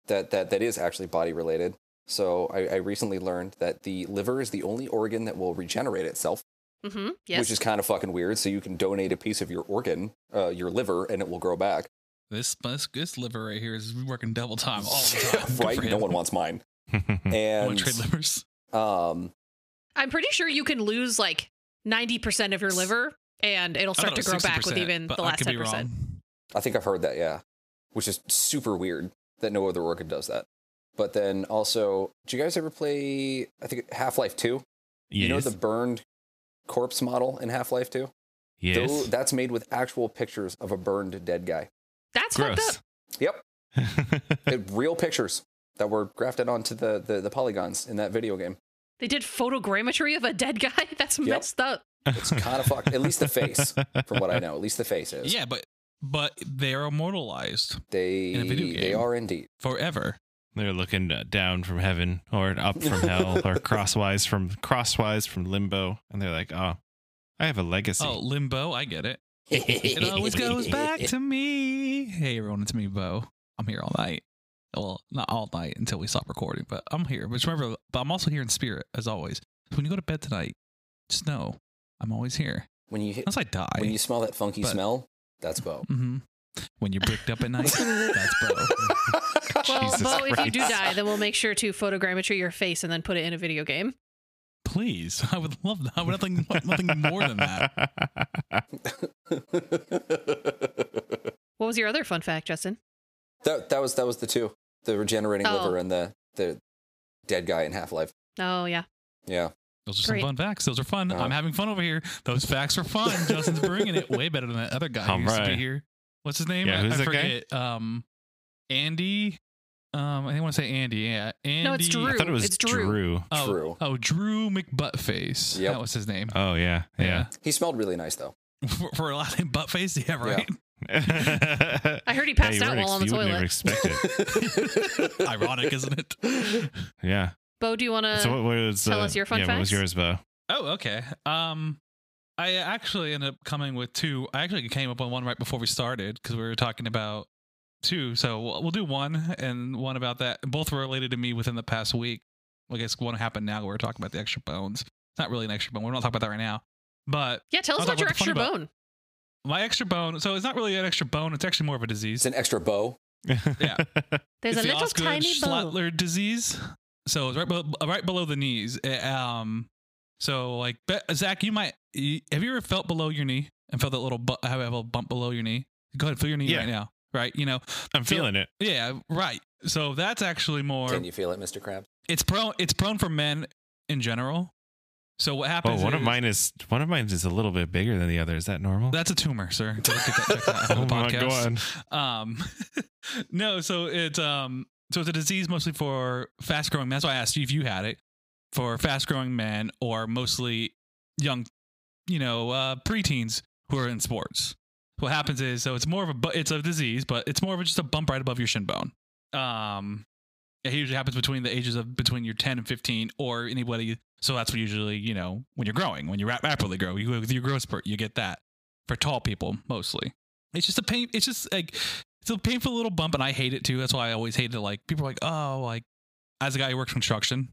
C: that that that is actually body related. So I, I recently learned that the liver is the only organ that will regenerate itself,
D: Mm-hmm. Yes.
C: which is kind of fucking weird. So you can donate a piece of your organ, uh, your liver, and it will grow back.
A: This, this this liver right here is working double time all
C: <laughs>
A: the time. Good
C: right?
A: for him.
C: No one wants mine.
E: Hmm.
A: I want to trade
C: And
A: livers.
C: um,
D: I'm pretty sure you can lose like 90% of your liver and it'll
A: I
D: start
A: thought
D: to
A: it
D: grow
A: was
D: back with
A: 60%,
D: even
A: but
D: the
A: I
D: last
A: could be
D: 10%.
A: wrong.
C: I think I've heard that, yeah. Which is super weird that no other organ does that. But then also, do you guys ever play, I think, Half Life 2? You know
E: Yes.
C: the burned corpse model in Half Life 2?
E: yes.
C: That's made with actual pictures of a burned dead guy.
D: That's fucked up.
E: Gross.
C: Yep.
E: <laughs> Yep.
C: It- real pictures that were grafted onto the, the, the polygons in that video game.
D: They did photogrammetry of a dead guy. <laughs> That's
C: Yep.
D: messed up.
C: It's
A: <laughs>
C: kind of fucked. At least the face, from what I know. At least the face is.
A: Yeah, but but they're immortalized
C: They,
A: In a video
C: they
A: game.
C: are indeed.
A: <laughs> forever.
E: They're looking down from heaven or up
D: <laughs>
E: from hell or crosswise from crosswise from limbo, and they're like, "Oh, I have a legacy."
A: Oh, limbo, I get it. It always goes
C: <laughs>
A: back to me. Hey everyone, it's me, Bo. I'm here all night. Well, not all night until we stop recording, but I'm here. But just remember, but I'm also here in spirit as always. So when you go to bed tonight, just know I'm always here.
C: When you, hit,
A: Unless I die.
C: when you smell that funky
A: but-
C: smell,
A: <laughs>
C: that's Bo.
A: hmm When you're bricked up at <laughs> night, that's Bo.
D: Well,
E: Jesus
D: Bo, if you do
E: Christ.
D: die, then we'll make sure to photogrammetry your face and then put it in a video game.
A: Please, I would love that. I would nothing, nothing more than
E: <laughs>
A: that.
D: What was your other fun fact, Justin?
C: <laughs> that that was that was the two: the regenerating
D: Oh.
C: liver and the the dead guy in Half Life.
D: Oh, yeah.
C: Yeah,
A: Those are some
D: Great.
A: fun facts. Those are
E: Uh,
A: fun.
C: Uh-huh.
A: I'm having fun over here. Those facts are
E: <laughs>
A: fun. Justin's bringing it way better than that other guy
E: All
A: who used to be
E: right.
A: here. What's his name?
E: Yeah,
A: I-
E: who's
A: I,
E: that guy?
A: forget. Um, Andy. Um, I think I want to say Andy. Yeah, Andy.
D: No, it's Drew.
E: I thought it was
D: It's
E: Drew.
D: Drew.
A: Oh,
C: Drew.
A: Oh, Drew McButtface.
C: Yep.
A: That was his name. <laughs>
E: Oh yeah, yeah.
C: he smelled really nice though.
A: For, for a last name, Buttface. Yeah, right. <laughs>
D: I heard he
E: Yeah,
D: passed
E: you
D: out
E: wouldn't
D: while on
E: ex-
D: the
E: you would never
D: toilet. <laughs>
E: expect
C: <laughs>
E: it.
A: Ironic, isn't it?
E: Yeah.
D: Bo, do you want to?
E: so what was
D: tell
E: uh,
D: us your fun
E: yeah, What was
D: facts?
E: yours, Bo?
A: Oh, okay. Um, I actually ended up coming with two. I actually came up on one right before we started because we were talking about two. So we'll, we'll do one and one about that. Both were related to me within the past week. I guess one happened now. We're talking about the extra bones. It's not really an extra bone. We're not talking about that right now. But
D: yeah, tell us
A: I'll
D: about
A: talk
D: your
A: about the fun
D: extra
A: about-
D: bone.
A: my extra bone. So it's not really an extra bone. It's actually more of a
C: it's
A: disease.
C: an extra bow.
A: Yeah.
D: There's
A: It's
D: a
A: the
D: little
A: Osgood
D: tiny bone.
A: Schlatler disease. So it's right, be- right below the knees. Eh, um, so like but Zach, you might you- have you ever felt below your knee and felt that little bu- have a little bump below your knee? Go ahead, feel your knee
E: Yeah.
A: right now. Right, you know,
E: <laughs> I'm
A: Feel-
E: feeling it.
A: yeah, right. So that's actually more.
C: Can you feel it, Mr. Krabs?
A: it's prone. It's prone for men in general. So what
E: Oh,
A: happens?
E: one of
A: is-
E: mine is one of mine is a little bit bigger than the other. Is that normal?
A: That's a tumor, sir.
C: <laughs>
A: Get that checked out after the
E: oh my
A: podcast.
E: god.
A: um <laughs> no so it's um so it's a disease mostly for fast growing that's why i asked you if you had it for fast growing men or mostly young you know uh preteens who are in sports what happens is so it's more of a bu- it's a disease but it's more of a, just a bump right above your shin bone um it usually happens between the ages of between your 10 and 15 or anybody so that's what usually you know when you're growing when you rap- rapidly grow you go with your growth spurt you get that for tall people mostly it's just a pain it's just like it's a painful little bump and i hate it too that's why i always hated it like people are like oh like as a guy who works construction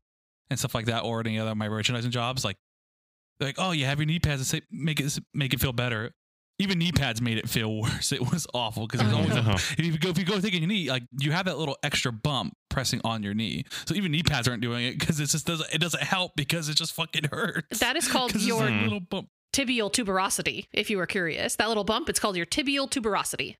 A: and stuff like that or any other of my merchandising jobs like they're like oh you have your knee pads to say, make it make it feel better even knee pads made it feel <laughs> worse it was awful because it was
D: Oh,
A: always a
E: <laughs> Oh,
A: if you go if you go taking your knee, like you have that little extra bump pressing on your knee. So even knee pads aren't doing it because it just doesn't it doesn't help because it just fucking hurts.
D: That is
A: <laughs>
D: called
A: 'Cause it's
D: your
A: a little bump.
D: tibial tuberosity, if you were curious. That little bump, it's called your tibial tuberosity.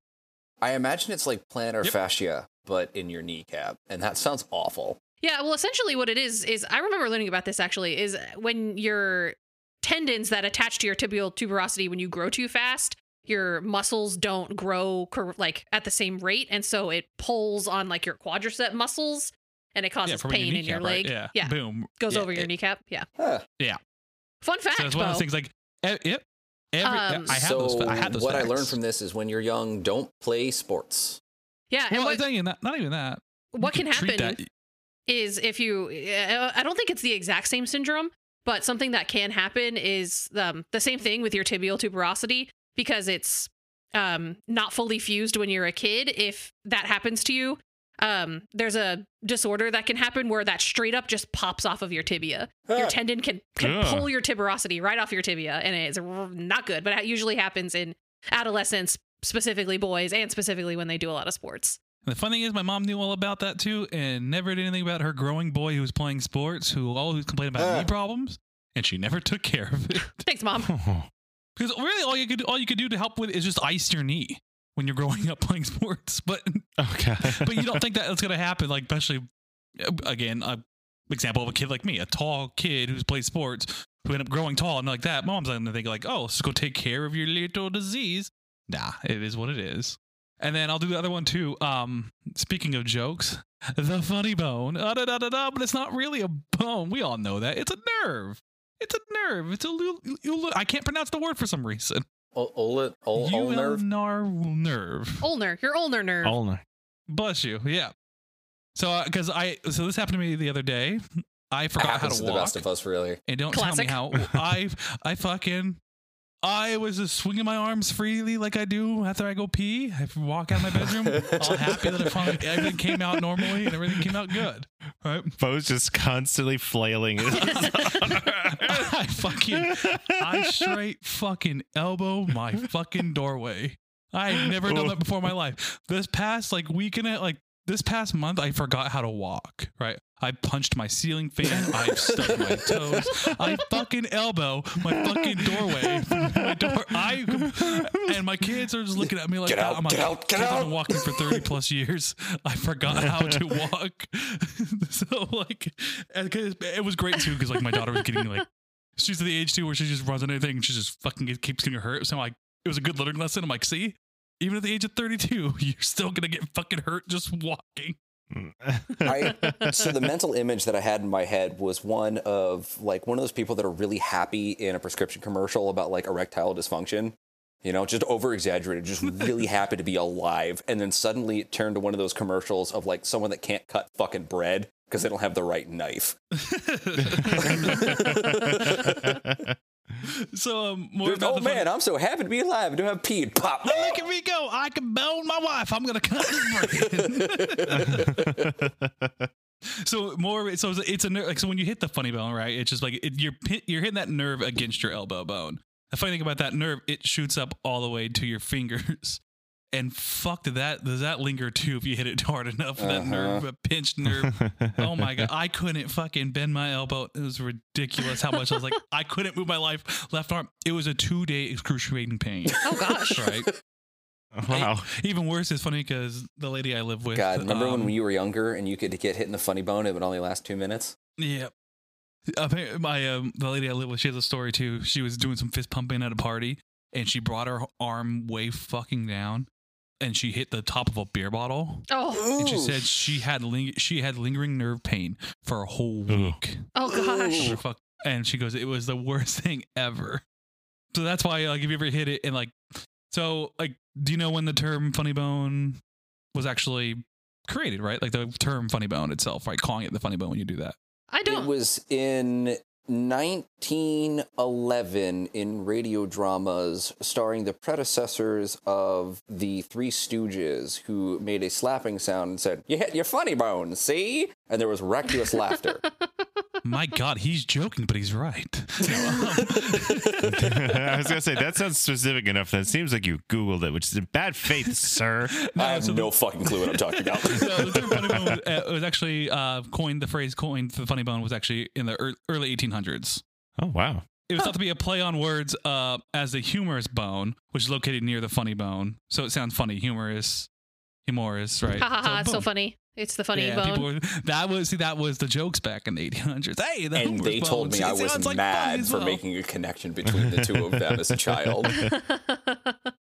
C: I imagine it's like plantar
A: Yep.
C: fascia, but in your kneecap, and that sounds awful.
D: Yeah, well, essentially what it is is I remember learning about this actually is when your tendons that attach to your tibial tuberosity when you grow too fast, your muscles don't grow cor- like at the same rate and so it pulls on like your quadricep muscles and it causes
A: from
D: pain in
A: kneecap,
D: your
A: right?
D: leg.
A: Yeah.
D: yeah.
A: Boom.
D: goes
A: Yeah,
D: over your
A: it-
D: kneecap. Yeah.
C: Huh.
D: Fun fact,
A: So it's one of
D: Beau.
A: those things like eh, yep. Every,
D: Um,
A: I had
C: so
A: those. I had those.
C: what
A: facts.
C: I learned from this is when you're young, don't play sports.
D: Yeah, and
A: Well,
D: what,
A: it's not even that. Not even that. You
D: what can
A: treat
D: happen
A: that-
D: is if you uh, i don't think it's the exact same syndrome but something that can happen is um, the same thing with your tibial tuberosity because it's um, not fully fused when you're a kid if that happens to you um, there's a disorder that can happen where that straight up just pops off of your tibia your
C: Huh.
D: tendon can, can
E: Ugh.
D: pull your tuberosity right off your tibia and it's r- not good but that usually happens in adolescents specifically boys and specifically when they do a lot of sports
A: And the fun thing is, my mom knew all about that too, and never did anything about her growing boy who was playing sports, who always complained about
C: Ah.
A: knee problems, and she never took care of it.
D: thanks mom
E: Oh,
A: Because really, all you could all you could do to help with is just ice your knee when you're growing <laughs> up playing sports. But
E: oh god.
A: but you don't think that that's gonna happen. Like especially uh, again, a example of a kid like me, a tall kid who's played sports who end up growing tall and like that. My Mom's gonna think like, oh, let's go take care of your little disease. Nah, it is what it is. And then I'll do the other one too. Um, speaking of jokes, the funny bone. Uh, da, da, da, da, but it's not really a bone. We all know that. It's a nerve. It's a nerve. It's a lu- lu- I can't pronounce the word for some reason.
C: O- Ola, ol, ol nerve.
A: Ulnar nerve.
D: ulnar your ulnar
E: <laughs>
D: nerve
E: Ulnar.
A: Bless you. Yeah. So, because I so this happened to me the other day. I
C: It
A: forgot how
C: happens
A: to
C: to
A: walk,
C: the best of us, really.
A: and don't
D: Classic.
A: tell me how I I fucking I was just swinging my arms freely like I do after I go pee. I walk out of my bedroom, all happy that I finally everything came out normally and everything came out good. <laughs> Right?
E: Bo's just constantly
A: <laughs>
E: flailing. <laughs> his-
A: I fucking I straight fucking elbow my fucking doorway. I've never done that before in my life. This past like week and a like this past month, I forgot how to walk. Right, I punched my ceiling fan. I've stubbed my toes. I fucking elbow my fucking doorway. My door. I and my kids are just looking at me like
C: Get
A: that.
C: out,
A: I'm like,
C: get out, get
A: "Kids, I've
C: out."
A: been walking for thirty plus years. I forgot how to walk. <laughs> so like, and 'cause it was great too because like my daughter was getting like she's at the age too where she just runs on anything and she just fucking get- keeps getting hurt. So I'm like, it was a good learning lesson. I'm like, see, even at the age of 32, <laughs> you're still gonna get fucking hurt just
C: <laughs>
A: walking.
C: <laughs> I, so the mental image that I had in my head was one of like one of those people that are really happy in a prescription commercial about like erectile dysfunction. You know, just over exaggerated,
A: <laughs>
C: just really happy to be alive. And then suddenly it turned to one of those commercials of like someone that can't cut fucking bread because they don't have the right knife.
A: so um, more
C: There's-
A: about
C: oh
A: the fun-
C: man, I'm so happy to be alive. I don't have pee and pop.
A: Look at me go! I can bone my wife. I'm gonna cut this
C: <laughs>
A: brain. So more, so it's- it's a nerve. Like so, when you hit the funny bone, right? It's just like it, you're pit, you're hitting that nerve against your elbow bone. The funny thing about that nerve, it shoots up all the way to your fingers. <laughs> And fuck did that does that linger too if you hit it hard enough that
C: Uh-huh.
A: nerve a pinched nerve. Oh my god, I couldn't fucking bend my elbow. It was ridiculous how much I was like I couldn't move my life left arm. It was a two day excruciating
C: <laughs>
A: pain.
D: Oh
A: <laughs>
D: gosh.
A: Right.
E: Wow.
A: Even worse, it's funny because the lady I live with.
C: God, remember
A: um,
C: when you were younger and you could get hit in the funny bone? It would only last two minutes.
A: Yeah. Appa- My um, the lady I live with, she has a story too. She was doing some fist pumping at a party, and she brought her arm way fucking down, and she hit the top of a beer bottle.
D: Oh,
A: And she said she had ling- she had lingering nerve pain for a whole
E: Ooh.
A: week.
D: oh gosh.
A: Her fuck- And she goes, it was the worst <laughs> thing ever. So that's why, like, if you ever hit it and like, so like, do you know when the term funny bone was actually created? Right, like the term funny bone itself, right? Calling it the funny bone when you do that.
D: I
C: It
D: don't.
C: was in 1911 in radio dramas starring the predecessors of the Three Stooges who made a slapping sound and said, You hit your funny bone, see? And there was reckless laughter.
A: My God, he's joking, but he's right.
D: <laughs>
A: <laughs> No, um,
E: <laughs> I was gonna say that sounds specific enough. That seems like you googled it, which is in bad <laughs> faith, sir.
D: um,
C: I have no fucking clue what I'm talking
A: <laughs>
C: about.
A: so the term funny bone was, uh, was actually uh, coined. The phrase "coined the funny bone" was actually in the ear- early 1800s.
E: Oh wow.
A: It was thought to be a play on words uh, as the humorous bone, which is located near the funny bone. So it sounds funny, humorous,
D: <laughs>
A: humorous, right?
D: <laughs> Ha ha ha! It's so
A: boom.
D: funny. It's the funny
A: Yeah,
D: <laughs> bone.
A: people were- that was see, that was the jokes back in the 1800s. Hey, the
C: <laughs> and
A: humorous
C: they told
A: bone.
C: me
A: See,
C: I
A: it
C: was
A: sounds like funny
C: mad
A: as
C: for
A: well.
C: making a connection between the two of them as
A: <laughs>
C: a child.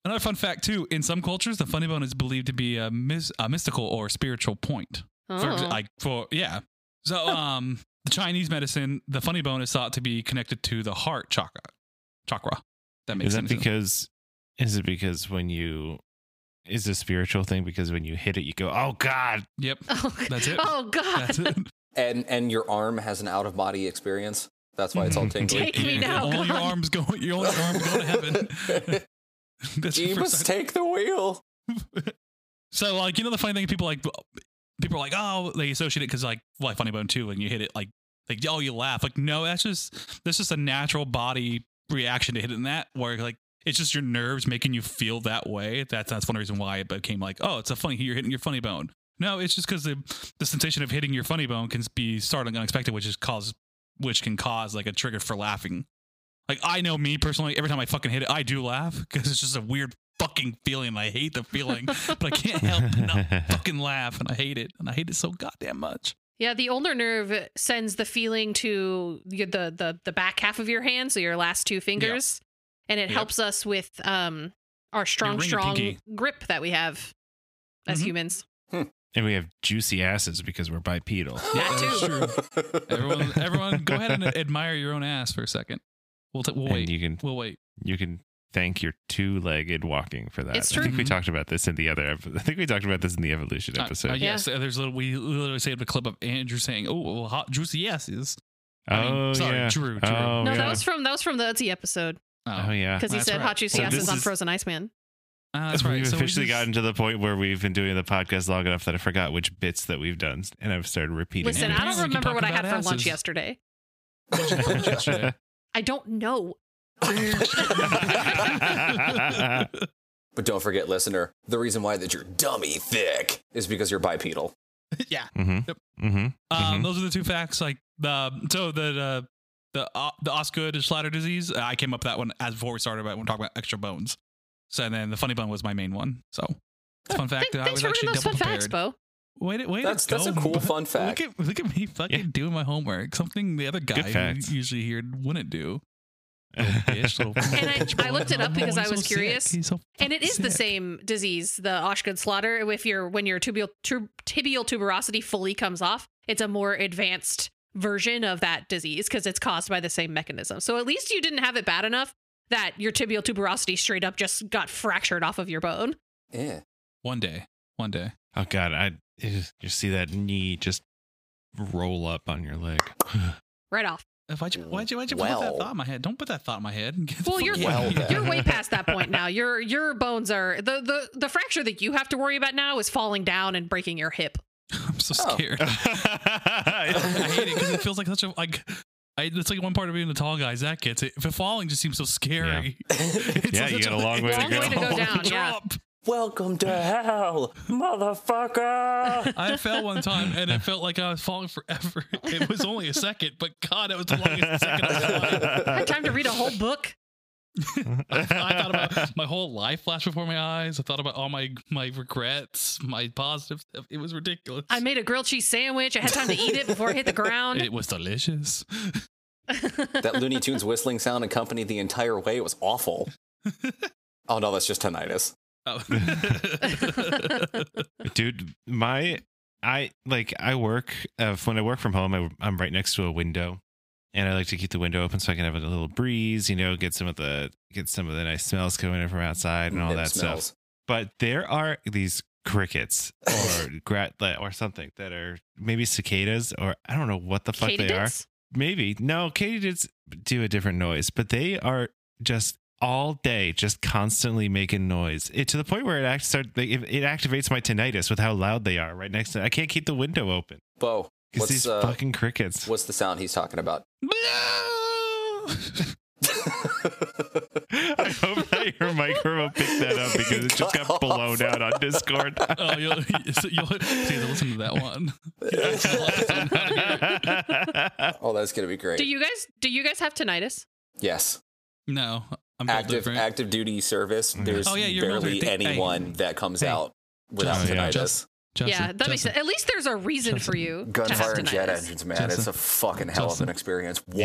A: Another fun fact too: in some cultures, the funny bone is believed to be a, mis- a mystical or spiritual point. For, ex-
D: Oh.
A: like for yeah. So um, the Chinese medicine, the funny bone is thought to be connected to the heart chakra. Chakra. That makes
E: Is that
A: sense.
E: because? Is it because when you? Is it a spiritual thing because when you hit it, you go, "Oh God!"
A: yep.
D: <laughs> oh,
A: That's it.
D: Oh
A: <laughs>
D: god. <laughs>
A: That's it.
C: And and your arm has an out of body experience. That's why it's all
A: Mm-hmm.
C: tingly.
D: Take me now,
A: Only your
D: God.
A: arms go. Your only arm go to
C: <laughs>
A: heaven. <laughs> That's your
E: <laughs>
C: Jeebus,
A: first
C: take the wheel.
A: time. so like you know the funny thing people like people are like oh they associate it because like well, like funny bone too when you hit it like like oh you laugh like no that's just that's just a natural body reaction to hitting that where like it's just your nerves making you feel that way that's that's one reason why it became like oh it's a funny you're hitting your funny bone no it's just because the the sensation of hitting your funny bone can be startling unexpected which is cause which can cause like a trigger for laughing like I know me personally, every time I fucking hit it, I do laugh because it's just a weird fucking feeling. and I hate the feeling, <laughs> but I can't help but not <laughs> fucking laugh, and I hate it, and I hate it so goddamn much.
D: Yeah, the ulnar nerve sends the feeling to the the the, the back half of your hand, so your last two fingers, and it
A: Yep.
D: helps us with um our strong
A: ring and
D: strong
A: pinky.
D: grip that we have as
A: Mhm.
D: humans.
E: <laughs> and we have juicy asses because we're bipedal.
D: That too.
C: too. <laughs>
A: <laughs> Everyone, everyone, go ahead and admire your own ass for a second. We'll, t- we'll
E: And
A: wait.
E: you can
A: We'll wait.
E: you can thank your two-legged walking for that.
D: It's
E: I think
A: true. Mm-hmm.
E: we talked about this in the other. ep- I think we talked about this in the evolution
A: Uh,
E: episode.
A: uh, yes, uh, there's a little, we literally saved a clip of Andrew saying, "Oh, well, hot juicy asses." I mean,
E: oh
A: sorry,
E: yeah.
A: Drew, Drew.
E: Oh,
D: no, that
E: yeah.
D: was from that was from the Etsy episode
E: Oh yeah.
D: because he
A: Ah, That's
D: said
A: right.
D: hot juicy
E: Well,
D: asses
E: this
D: on
E: is-
D: Frozen Iceman.
A: Uh, that's right.
E: <laughs> We've
A: So we
E: officially
A: just-
E: gotten to the point where we've been doing the podcast long enough that I forgot which bits that we've done, and I've started repeating.
D: Listen,
E: them.
D: I don't
A: Apparently we can
D: remember
A: talk
D: what I had
A: about
D: for lunch
A: asses.
D: yesterday.
A: <laughs> yesterday.
D: I don't know.
E: <laughs>
C: <laughs> but don't forget, listener, the reason why that you're dummy thick is because you're bipedal.
A: yeah.
E: hmm
A: Yep.
E: hmm
A: Um,
E: Mhm.
A: Those are the two facts. Like the um, so the the the, uh, the Osgood Schlatter disease. uh, I came up with that one as before we started. But we're talking about extra bones. So and then the funny bone was my main one. So it's a fun fact.
D: Thank-
A: that I was
D: thanks for reading
A: actually
D: those
A: double
D: fun
A: prepared.
D: facts, Bo.
A: Wait, wait,
C: That's that's a cool fun fact.
A: Look at look at me fucking
E: Yeah.
A: doing my homework. Something the other guy
E: facts.
A: who usually here wouldn't do. Oh, Bitch,
E: <laughs>
A: little bitch
D: And I- I
A: boy.
D: looked it up
A: Oh,
D: because
A: he's
D: I was
A: so
D: curious.
A: sick. He's so
D: And it
A: fucking
D: is the
A: sick.
D: same disease, the Oshgood slaughter. If your when your tibial tu- tibial tuberosity fully comes off, it's a more advanced version of that disease because it's caused by the same mechanism. So at least you didn't have it bad enough that your tibial tuberosity straight up just got fractured off of your bone.
C: Yeah.
A: One day, one day.
E: Oh god, I you just- you see that knee just roll up on
A: <laughs>
E: your leg.
D: Right off.
A: If I, why'd you, why'd you put
C: Well.
A: that thought in my head? Don't put that thought in my head. Get the
D: Well,
A: fuck
D: you're
A: out of
C: Well,
A: here.
C: then.
D: you're way past that point now. Your your bones are the the the fracture that you have to worry about now is falling down and breaking your hip.
A: I'm so
C: Oh.
A: scared. I
E: yeah,
A: hate it because it feels like such a like. I, it's like one part of being the tall guy. Zach gets it. But falling just seems so scary. It's
E: you
A: such
E: got a long way
A: <laughs> it's
E: to
A: like a
E: go.
D: Long way to go down, yeah.
A: drop.
C: Welcome to hell, motherfucker.
A: I fell one time and it felt like I was falling forever. It was only a second, but God, it was the longest second of my life.
D: I had time to read a whole book.
A: I thought about my whole life flashed before my eyes. I thought about all my my regrets, my positives. It was ridiculous.
D: I made a grilled cheese sandwich. I had time to eat it before it
A: <laughs>
D: hit the ground.
A: it was delicious.
C: that Looney Tunes whistling sound accompanied the entire way. It was
E: <laughs>
C: awful. oh no, that's just tinnitus.
A: Oh. <laughs>
D: <laughs>
E: dude my i like i work uh, when i work from home I, i'm right next to a window and i like to keep the window open so i can have a little breeze you know get some of the get some of the nice smells coming in from outside and all
C: It
E: that stuff
C: smells.
E: but there are these crickets or grat or something that are maybe cicadas or i don't know what <laughs> the fuck
D: Katie
E: they are
D: bits?
E: maybe no katydids do a different noise but they are just all day just constantly making noise it to the point where it acts start like, it, it activates my tinnitus with how loud they are right next to i can't keep the window open
C: Bo,
E: because
C: what's
E: these
C: uh,
E: fucking crickets
C: what's the sound he's talking about?
E: <laughs>
C: <laughs>
E: i hope that your microphone picked that up because it just got
C: Cut
E: blown
C: off.
E: out on discord <laughs>
A: oh, you'll, <laughs> so you'll see. Listen to that one.
C: oh, that's gonna be great.
D: Do you guys do you guys have tinnitus?
C: yes,
A: No, I'm built
C: active
A: different.
C: active duty service. There's
A: Oh, yeah, you're
C: barely
A: military. Think- hey.
C: anyone that comes
A: Hey.
C: out without
E: Justin,
C: tinnitus.
A: Justin, Justin,
D: yeah, that makes
A: Justin.
D: sense. At least there's a reason for
A: Justin.
D: you to have
C: Gunfire and jet
D: tinnitus.
E: <laughs>
C: engines, man.
A: Justin.
C: It's a fucking hell of
A: Justin.
C: an experience. What?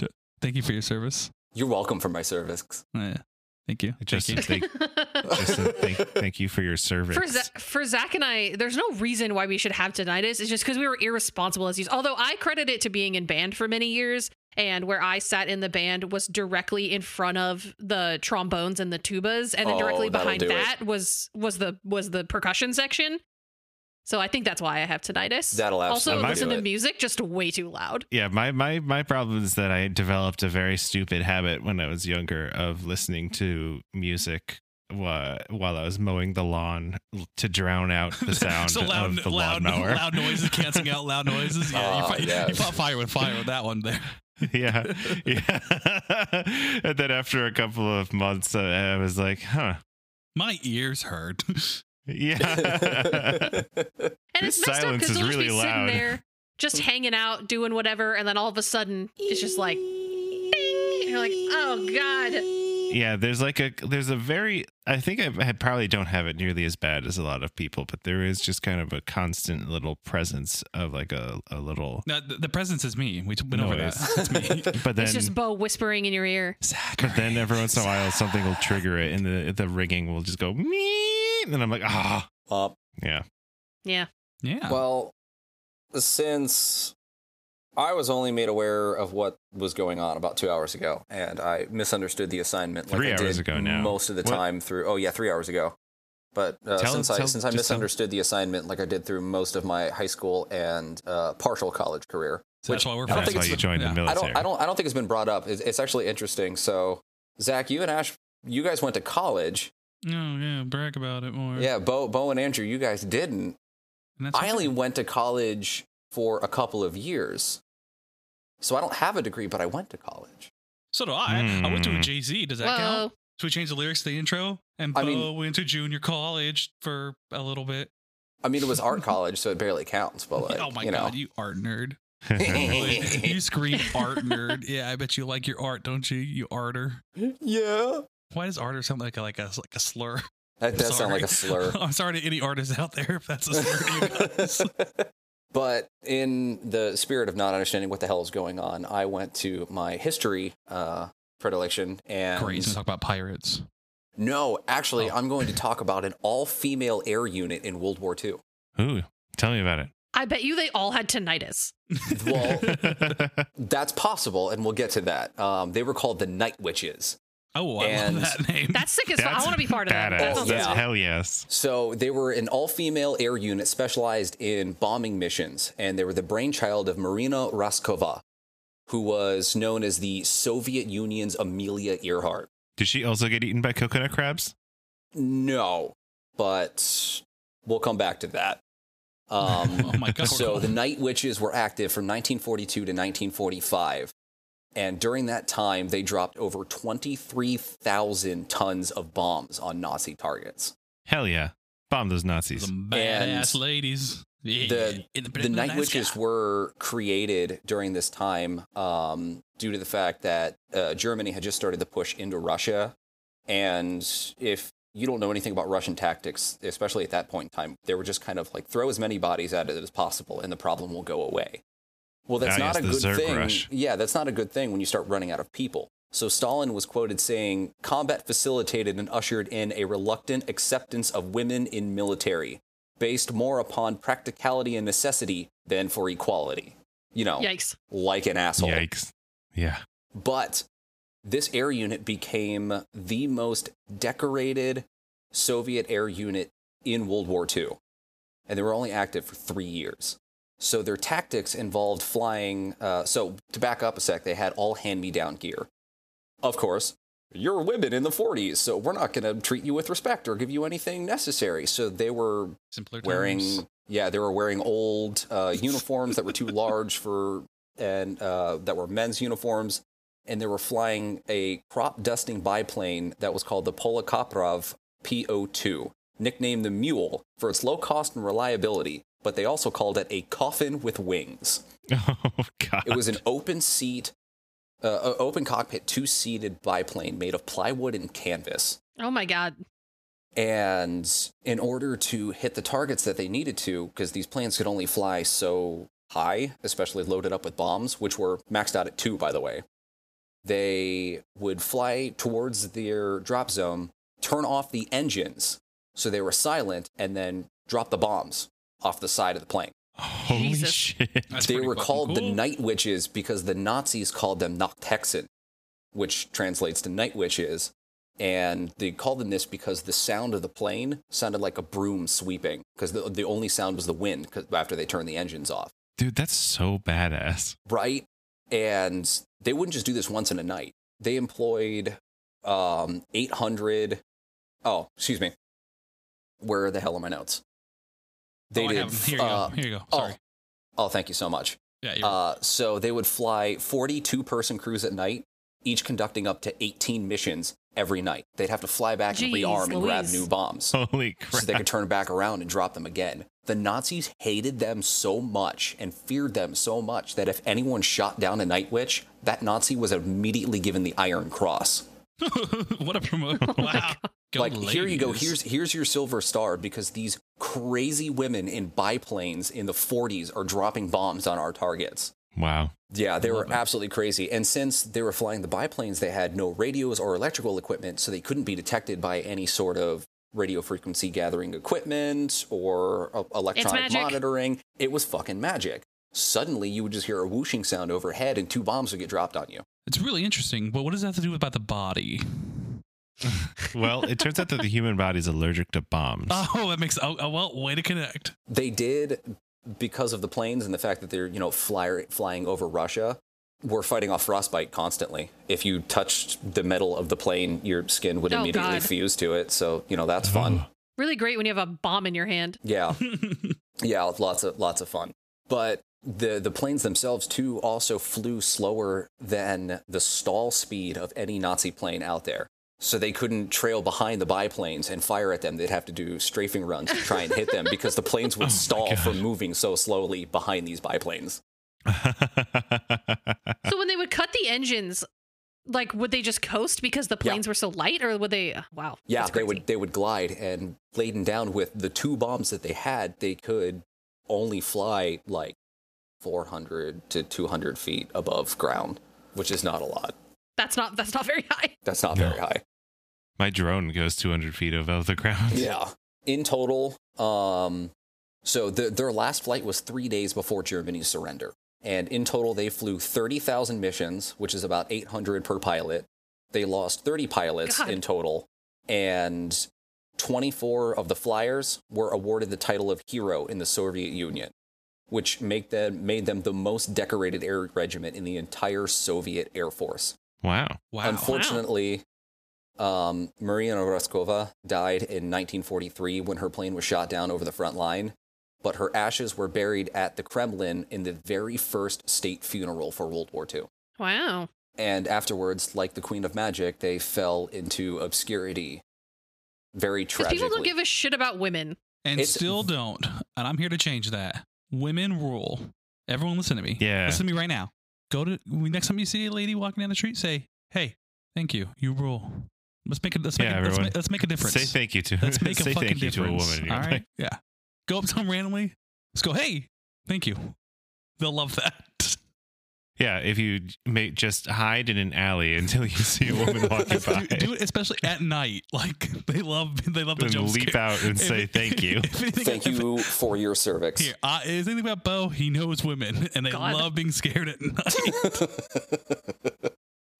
E: Yeah.
A: Thank you for your service. Uh,
C: You're welcome for
A: <laughs>
C: my service.
A: Yeah. Thank you.
E: just
A: Thank you.
E: thank, just thank, thank you for your service
D: For, Za- for Zach and I, there's no reason why we should have tinnitus. It's just because we were irresponsible as youths. Although I credit it to being in band for many years, and where I sat in the band was directly in front of the trombones and the tubas, and then
C: Oh,
D: directly
C: that'll
D: behind
C: do it.
D: that was was the was the percussion section. So I think that's why I have tinnitus.
C: That'll
D: also
C: absolutely
D: listen
C: do
D: to
C: it.
D: music just way too loud.
E: yeah my my my problem is that i developed a very stupid habit when i was younger of listening to music while, while i was mowing the lawn to drown out
A: <laughs>
E: the sound
A: so loud,
E: of the
A: loud,
E: lawnmower
A: loud
E: <laughs>
A: noises canceling out loud noises. Yeah,
C: Oh,
A: you, fi- <laughs>
C: yes.
A: you fought fire with fire with that one there.
E: yeah yeah <laughs> and then after a couple of months uh, i was like huh
A: My ears hurt. <laughs>
E: yeah
C: It.
D: And
E: This
D: it's messed up
E: silence
D: because
E: is
D: they'll just be
E: really
D: sitting
E: loud.
D: there,
C: <laughs>
D: just hanging out, doing whatever, and then all of a sudden it's just like, ding, and you're like, oh god,
E: yeah there's like a there's a very i think I've, i probably don't have it nearly as bad as a lot of people but there is just kind of a constant little presence of like a, a little
A: No, the, the presence is me. We went over that.
E: Noise.
A: It's
E: <laughs>
A: me.
E: but then
D: it's just Bo whispering in your ear.
A: Zachary.
E: Then every once in a while, something will trigger it, and the the ringing will just go me, and I'm like, ah,
C: <laughs>
A: <laughs>
C: Uh,
E: yeah.
D: Yeah,
A: Yeah.
C: Well, since I was only made aware of what was going on about two hours ago, and I misunderstood the assignment.
E: Three
C: I
E: hours
C: did
E: ago now.
C: Most of the
E: What?
C: time through. Oh yeah, three hours ago. But uh,
E: Tell-
C: since I
E: tell-
C: since I
E: just tell-
C: misunderstood the assignment, like I did through most of my high school and uh, partial college career,
A: So that's why we're
C: I don't
E: Oh, That's
A: friends.
C: think
E: why
C: it's-
E: you joined
A: yeah.
E: the
A: I
E: military.
C: I don't. I don't. I don't think it's been brought up. It's, it's actually interesting. So, Zach, you and Ash, you guys went to college.
A: No, yeah, brag about it more.
C: Yeah, Bo, Bo and Andrew, you guys didn't.
A: And that's
C: I
A: okay.
C: only went to college for a couple of years. So I don't have a degree, but I went to college.
A: So do I. I went to a
E: Hmm.
A: JZ. Does that
D: whoa,
A: count? So we changed the lyrics to the intro, and Bo
C: I mean-
A: went to junior college for a little bit.
C: I mean, it was
A: <laughs>
C: art college, so it barely counts, but like,
A: oh my
C: you know.
A: god, you art nerd! <laughs>
C: <laughs>
A: you scream art nerd. Yeah, I bet you like your art, don't you? You arter.
C: <laughs> yeah.
A: Why does arter sound like a like a like a
C: <laughs>
A: slur?
C: That does sound like a
A: Sorry. <laughs>
C: slur.
A: I'm sorry to any artists out there if that's a slur to you
C: <laughs>
A: <laughs> guys.
C: but in the spirit of not understanding what the hell is going on, I went to my history uh, predilection and
A: Great, he's gonna talk about pirates.
C: No, actually,
A: Oh.
C: I'm going to talk about an all-female air unit in World War
A: <laughs>
C: II.
E: <laughs> Ooh, tell me about it.
D: I bet you they all had tinnitus.
C: Well, that's possible, and we'll get to that. Um, they were called the Night Witches.
A: Oh, I
C: And-
A: love that name.
D: That's sick
E: <laughs>
D: as fuck. I want to be part of that.
E: <laughs> badass.
D: that. sounds
E: That's
C: awesome.
E: hell yes.
C: So they were an all-female air unit specialized in bombing missions, and they were the brainchild of Marina Raskova, who was known as the Soviet Union's Amelia Earhart.
E: Did she also get eaten by coconut crabs?
C: No, but we'll come back to that. Um,
A: <laughs> oh my god.
C: So the Night Witches were active from 1942 to 1945. And during that time, they dropped over 23,000 tons of bombs on Nazi targets.
E: Hell yeah. Bomb those Nazis.
B: Some badass ladies.
C: the- the night witches were created during this time um, due to the fact that uh, germany had just started the push into russia and if you don't know anything about russian tactics especially at that point in time they were just kind of like throw as many bodies at it as possible and the problem will go away well that's
E: Ah,
C: not
E: yes,
C: a
E: the
C: good
E: Zerg
C: thing
E: rush.
C: yeah that's not a good thing when you start running out of people so stalin was quoted saying combat facilitated and ushered in a reluctant acceptance of women in military based more upon practicality and necessity than for equality. You know,
D: Yikes.
C: like an asshole.
E: Yikes. Yeah. <laughs>
C: But this air unit became the most decorated Soviet air unit in World War II. And they were only active for three years. So their tactics involved flying. Uh, so to back up a sec, they had all hand me down gear. Of course, you're women in the 40s, so we're not going to treat you with respect or give you anything necessary. So they were
A: Simpler
C: wearing
A: times.
C: yeah they were wearing old uh, uniforms that were too large for and uh, that were men's uniforms and they were flying a crop dusting biplane that was called the Polokoprov PO2 nicknamed the mule for its low cost and reliability but they also called it a coffin with wings
E: Oh, God.
C: it was
E: <laughs>
C: an open seat uh, o- open cockpit two seated biplane made of plywood and canvas
D: Oh my god.
C: and in order to hit the targets that they needed to, because these planes could only fly so high, especially loaded up with bombs, which were maxed out at two, by the way, they would fly towards their drop zone, turn off the engines so they were silent, and then drop the bombs off the side of the plane.
E: Holy
D: Jesus.
E: shit.
B: That's
C: they
B: pretty
C: were
B: fucking
C: called the
B: cool.
C: Night Witches because the Nazis called them Noctexen, which translates to Night Witches. And they called them this because the sound of the plane sounded like a broom sweeping, because the, the only sound was the wind 'cause- after they turned the engines off,
E: Dude, that's so badass. <laughs>
C: right? And they wouldn't just do this once in a night. They employed um, 800. Oh, excuse me. Where the hell are my notes?
A: oh,
C: They
A: I
C: did.
A: have 'em. Here you
C: uh,
A: go. Here you go.
C: oh.
A: Sorry.
C: oh, thank you so much.
A: yeah, you're
C: Uh, so they would fly 42 person crews at night, each conducting up to 18 missions every night. They'd have to fly back and
D: Jeez
C: rearm and grab
D: Louise.
C: new
D: <laughs>
C: bombs
E: Holy crap.
C: so they could turn back around and drop them again. The Nazis hated them so much and feared them so much that if anyone shot down a Night Witch, that Nazi was immediately given the Iron Cross.
A: <laughs> what a promotion!
E: Oh
A: wow. Go
C: like here you go
A: ladies.
C: here's here's your silver star because these crazy women in biplanes in the 40s are dropping bombs on our targets.
E: wow.
C: Yeah, they were absolutely crazy. And since they were flying the biplanes, they had no radios or electrical equipment, so they couldn't be detected by any sort of radio frequency gathering equipment or uh, electronic
D: magic.
C: monitoring. It was fucking magic. Suddenly, you would just hear a whooshing sound overhead, and two bombs would get dropped on you.
A: It's really interesting, but what does that have to do with about the body? <laughs>
E: Well, it turns out that the human body's allergic to bombs.
A: Oh, that makes oh, oh well, way to connect.
C: They did because of the planes and the fact that they're you know flyer, flying over Russia. Were fighting off frostbite constantly. If you touched the metal of the plane, your skin would
D: Oh,
C: immediately
D: God.
C: fuse to it. So you know that's fun.
D: Really great when you have a bomb in your hand.
E: <laughs>
C: Yeah. yeah, lots of lots of fun. But the the planes themselves too also flew slower than the stall speed of any Nazi plane out there. So they couldn't trail behind the biplanes and fire at them. They'd have to do strafing runs to try and hit them because the planes
E: <laughs> Oh my
C: would stall
E: God.
C: from moving so slowly behind these biplanes.
D: So when they would cut the engines, like would they just coast because the planes were so light, or would they? uh, Wow.
C: Yeah,
D: that's
C: they would
D: crazy.
C: they would glide and laden down with the two bombs that they had, they could only fly like 400 to 200 feet above ground, which is not a lot.
D: That's not. That's not <laughs> very high.
C: That's not
E: No.
C: very high.
E: <laughs> My drone goes 200 feet above the ground.
C: Yeah. In total, um, so the, their last flight was three days before Germany's surrender. And in total, they flew 30,000 missions, which is about 800 per pilot. They lost 30 pilots
D: God.
C: in total. And 24 of the flyers were awarded the title of hero in the Soviet Union, which make them, made them the most decorated air regiment in the entire Soviet Air Force.
E: Wow.
A: Wow.
C: Unfortunately, um, Maria Roskova died in 1943 when her plane was shot down over the front line, but her ashes were buried at the Kremlin in the very first state funeral for World War II.
D: Wow.
C: And afterwards, like the Queen of Magic, they fell into obscurity very
D: Because
C: tragically.
D: people don't give a shit about women.
A: and
C: It's-
A: still don't. And I'm here to change that. Women rule. Everyone, listen to me.
E: Yeah.
A: listen to me right now. Go to next time you see a lady walking down the street, say, "Hey, thank you. You rule." Let's make it. Let's make
E: Yeah,
A: it. Let's
E: everyone.
A: make, let's make a difference.
E: Say thank you to.
A: <laughs> Let's make a
E: say
A: fucking
E: thank you
A: difference.
E: to a woman. in your
A: all right?
E: life.
A: Yeah. Go up to them randomly. Let's go. Hey, thank you. They'll love that. <laughs>
E: Yeah, if you make, just hide in an alley until you see a woman walking by,
A: <laughs> do, do it especially at night. <laughs> Like they love. They love the
E: and
A: jump
E: leap
A: scare.
E: out and
A: If-
E: say thank
A: <laughs>
E: you.
A: if
E: <laughs>
A: anything-
C: Thank
A: if-
C: you for your cervix.
A: Here, uh, is anything about Bo? He knows women, <laughs> and they
D: God.
A: love being scared at <laughs> night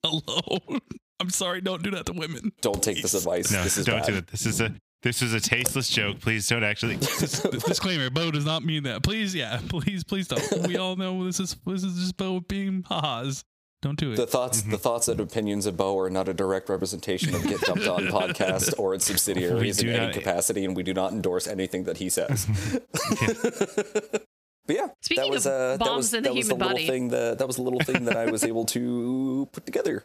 A: alone. <laughs> I'm sorry, don't do that to
C: <laughs>
A: women.
C: <laughs> don't take this advice.
E: No,
C: this is
E: don't
C: bad.
E: do it. This is a this is a tasteless joke. Please don't
C: <laughs>
E: actually. <laughs>
A: Dis- Disclaimer: Bo does not mean that. Please, yeah, <laughs> please, please don't.
C: <laughs>
A: We all know this is this is just Bo being ha-has. Don't do it.
C: The thoughts,
E: Mm-hmm.
C: the thoughts and opinions of Bo are not a direct representation of Get Dumped
E: <laughs>
C: On podcast or its subsidiaries in
E: do
C: any
E: not-
C: capacity, and we do not endorse anything that he
E: <laughs>
C: says. but yeah,
D: Speaking
C: that was
D: of
C: uh, that
D: bombs
C: was,
D: in the
C: that was
D: human
C: the
D: body.
C: little thing that that was the little thing that I was able to put
D: <laughs>
C: together.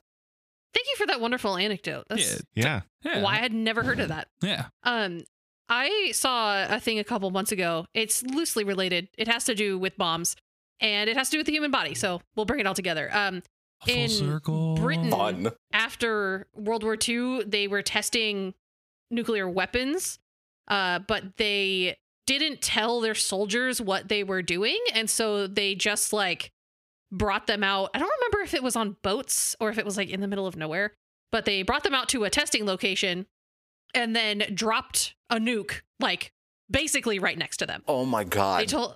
D: Thank you for that wonderful anecdote. That's
E: Yeah,
A: yeah,
D: why I had never heard of that.
A: Yeah,
D: Um, I saw a thing a couple months ago. It's loosely related. It has to do with bombs, and it has to do with the human body. So we'll bring it all together. Um,
A: A full
D: In
A: circle.
D: Britain- Mm.
C: Fun.
D: after World War II, they were testing nuclear weapons, uh, but they didn't tell their soldiers what they were doing, and so they just like brought them out. I don't remember if it was on boats or if it was like in the middle of nowhere, but they brought them out to a testing location and then dropped a nuke like basically right next to them.
C: Oh my
D: They
C: god.
D: told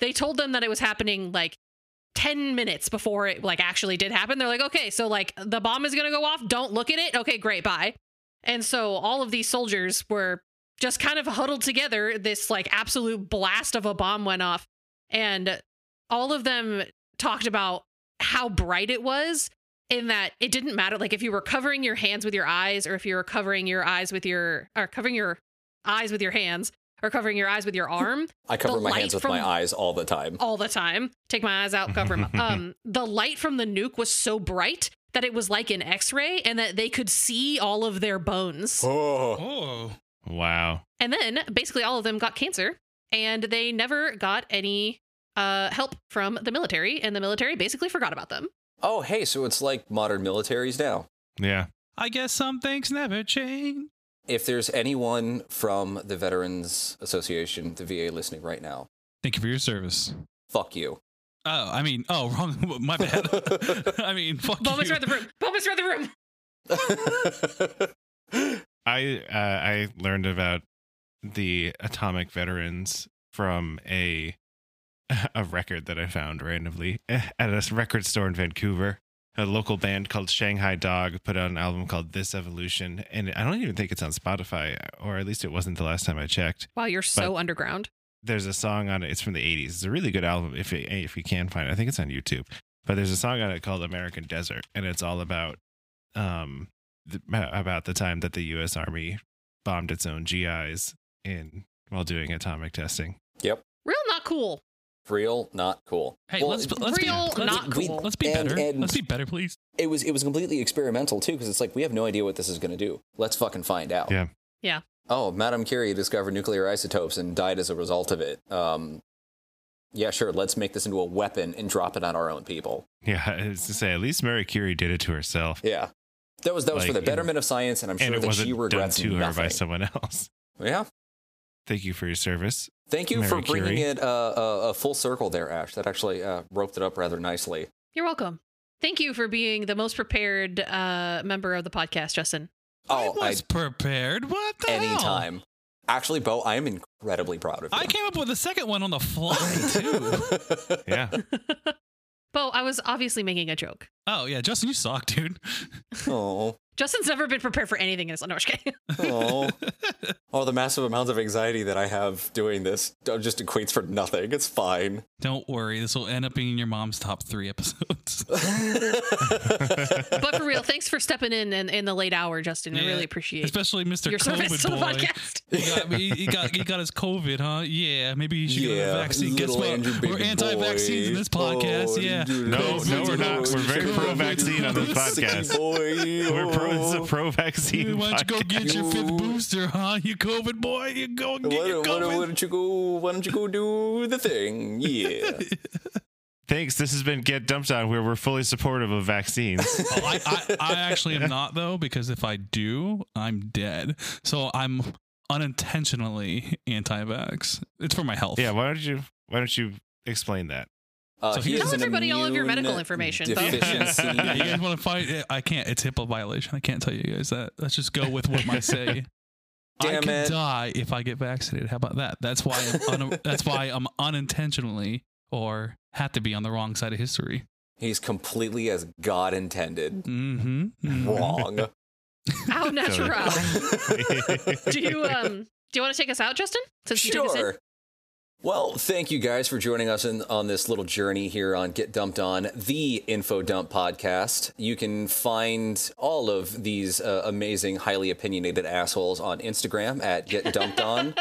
D: they told them that it was happening like 10 minutes before it like actually did happen. They're like, "Okay, so like the bomb is going to go off. Don't look at it. Okay, great. Bye." And so all of these soldiers were just kind of huddled together. This like absolute blast of a bomb went off and all of them talked about how bright it was in that it didn't matter like if you were covering your hands with your eyes or if you were covering your eyes with your or covering your eyes with your hands or covering your eyes with your arm
C: I cover
D: the
C: my
D: light
C: hands with
D: from- Oh.
C: my eyes all the time.
D: all the time. Take my eyes out, cover them. up. um, the light from the nuke was so bright that it was like an X-ray, and that they could see all of their bones.
C: Oh.
A: Oh,
E: wow.
D: And then basically all of them got cancer, and they never got any uh help from the military, and the military basically forgot about <laughs> them.
C: oh, hey, so it's like modern militaries now.
E: Yeah,
A: I guess some things never change.
C: If there's anyone from the Veterans Association, the VA, listening right now,
A: Thank you for your service.
C: fuck
E: <laughs>
C: you.
A: Oh, I mean, oh, <laughs> wrong. My
C: <laughs>
A: bad. <laughs> I mean, fuck
D: Bowman's
A: you.
D: around the room. Bowman's around the room.
E: I uh, I learned about the atomic veterans from a <laughs> a record that I found randomly eh, at a record store in Vancouver. A local band called Shanghai Dog put out an album called This Evolution, and I don't even think it's on Spotify, or at least it wasn't the last time I checked.
D: Wow, you're so underground.
E: there's a song on it. It's from the 80s. It's a really good album if it, if you can find it. I think it's on YouTube. But there's a song on it called American Desert and it's all about um the, about the time that the US Army bombed its own GIs in while doing atomic testing. <laughs>
D: Real not cool.
C: <laughs> Real, not cool.
A: Hey,
C: Well,
A: let's
C: it-
A: let's be
D: Real,
A: let's,
D: not
C: we-
D: cool.
A: let's be
C: and-
A: better.
C: and-
A: let's be better, please.
C: it was it was completely experimental too because it's like we have no idea what this is going to do let's fucking find out
E: Yeah.
D: Yeah.
C: oh madame curie discovered nuclear isotopes and died as a result of it um yeah sure let's make this into a weapon and drop it on our own people
E: Yeah, it's to say at least Mary Curie did it to herself.
C: yeah that was that was for
E: Like,
C: the betterment of science and i'm
E: and
C: sure
E: it
C: that
E: wasn't
C: she
E: done
C: regrets
E: to her by
C: nothing.
E: someone else. <laughs>
C: yeah
E: Thank you for your
C: <laughs>
E: service.
C: thank you
E: Mary
C: for bringing
E: Curie.
C: it uh, uh, a full circle there ash that actually uh, roped it up rather nicely
D: You're welcome. Thank you for being the most prepared uh member of the podcast, Justin.
A: I
C: oh I,
A: was prepared. What the hell?
C: anytime actually bo i am incredibly proud of you
A: I came up with a second one on the
C: <laughs>
A: fly too.
E: Yeah.
D: Bo, I was obviously making a joke.
A: <laughs> oh yeah, Justin, you suck, dude.
C: oh
D: Justin's never been prepared for anything in his life. No, I'm just kidding.
A: <laughs>
C: Oh, oh, the massive amounts of anxiety that I have doing this uh, just equates for nothing. It's
A: <laughs>
C: fine. <laughs>
A: Don't worry, this will end up being your mom's top three
C: <laughs>
A: episodes.
D: but for real, thanks for stepping in in, in the late hour, Justin. We
A: Yeah.
D: really appreciate
A: Especially Mr.
D: your service
A: COVID
D: to the
A: boy.
D: podcast.
A: <laughs> He got, he, he got he got his COVID, huh? Yeah, maybe he should get a
C: Yeah,
A: vaccine. Guess
C: little
A: what?
C: Andrew
A: We're
C: baby
A: anti-vaccines in
C: boy.
A: this podcast.
C: Oh,
A: yeah,
C: dude.
E: No, no, we're not. We're
A: <laughs>
E: very
A: pro-vaccine on this
C: Sicky
E: podcast.
C: boy.
E: We're
C: Oh,
E: Everyone's a pro vaccine.
A: Why don't you go
E: podcast.
A: get your fifth
C: You-
A: booster, huh? You COVID boy, you go and get
C: Why,
A: your
C: don't- why don't- why
A: COVID.
C: don't you go? Why don't you go do
A: <laughs>
C: the thing? Yeah.
E: Thanks. This has been Get Dumped On, where we're fully supportive
C: <laughs>
E: of vaccines.
A: Oh, I, I, I actually am not though, because if I do, I'm dead. So I'm unintentionally anti-vax. It's for my health.
E: yeah. Why don't you? Why don't you
C: <laughs>
E: explain that?
C: Uh,
A: So
C: he
A: here's-
C: is
A: Tell
C: an
D: everybody all of your
C: immune
D: medical information, though.
A: <laughs>
C: Deficiency.
A: Yeah, <laughs> you guys want to fight? I can't. It's HIPAA violation. I can't tell you guys that. Let's just go with what my say. I
C: Damn
A: could
C: it.
A: die if I get vaccinated. How about that? That's why. I'm un- that's why I'm unintentionally or had to be on the wrong side of history.
C: He's completely as God intended.
A: Mm-hmm. <laughs>
C: Wrong.
D: How natural.
E: Sorry.
D: do you um do you want to take us out, Justin? Since you took us in?
C: Sure. Well, thank you guys for joining us in, on this little journey here on Get Dumped On, the Info Dump podcast. You can find all of these uh, amazing, highly opinionated assholes on Instagram at Get Dumped
D: <laughs>
C: On.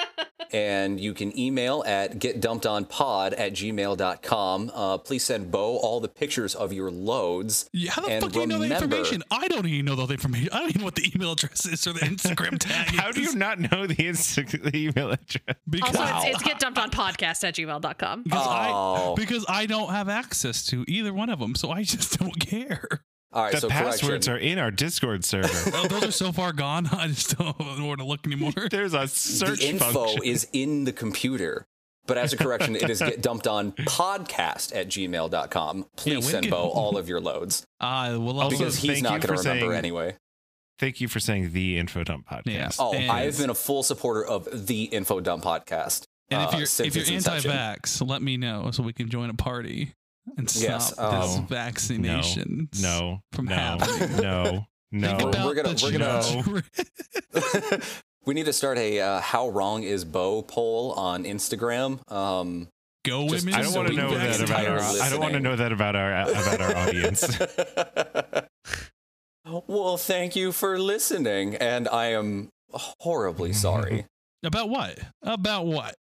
C: and you can email at getdumpedonpod at gmail.com. Uh, please send Bo all the pictures of your loads.
A: Yeah, how the
C: And
A: fuck do you know that
C: remember-
A: information? I don't even know the information. I don't even know what the email address is or the Instagram tag.
E: How do
A: is.
E: you not know the, Insta- <laughs> the email address?
A: Because,
D: Also it's, it's get dumped on podcast at gmail.com.
A: because I
C: Oh.
A: because I don't have access to either one of them, so I just <laughs> don't care.
C: All right,
E: The
C: so
E: passwords
C: correction.
E: are in our
C: <laughs>
E: Discord server.
A: Oh, those are so far gone. <laughs> I just don't know where to look anymore.
E: There's a search
C: the info
E: function.
C: is in the computer. But as a correction,
E: <laughs>
C: it is get dumped on podcast at gmail.com.
A: Yeah,
C: Please
A: when
C: send
A: can-
C: Bo
E: <laughs>
C: all of your loads
A: I will
E: Also,
C: because he's
E: thank
C: not
E: you
C: going
E: for
C: to remember
E: saying-
C: anyway.
E: Thank you for saying the info dump podcast.
A: Yeah.
C: Oh,
A: And-
C: I've been a full supporter of the Info Dump podcast. <laughs>
A: And if
C: uh,
A: you're if
C: since
A: you're
C: its inception.
A: anti-vax, let me know so we can join a party and stop
C: Yes,
A: this
E: oh.
A: vaccination.
E: No.
A: From
E: <laughs> no.
A: happening.
E: No. No.
A: Think
C: We're-
A: about
C: we're gonna-
A: the
C: we're gonna-
A: children.
C: we need to start a uh, "How wrong is Bo?" poll on Instagram. Um,
A: <laughs> go
C: Just-
A: women.
E: I don't
A: so
E: want to
A: we
E: know
A: can
E: that
A: vaccinate
E: about our.
A: us.
E: I don't want to
C: listening.
E: know that
C: <laughs>
E: about our about our audience. <laughs>
C: well, thank you for listening, and I am
E: <laughs>
C: horribly sorry.
A: About what? About what?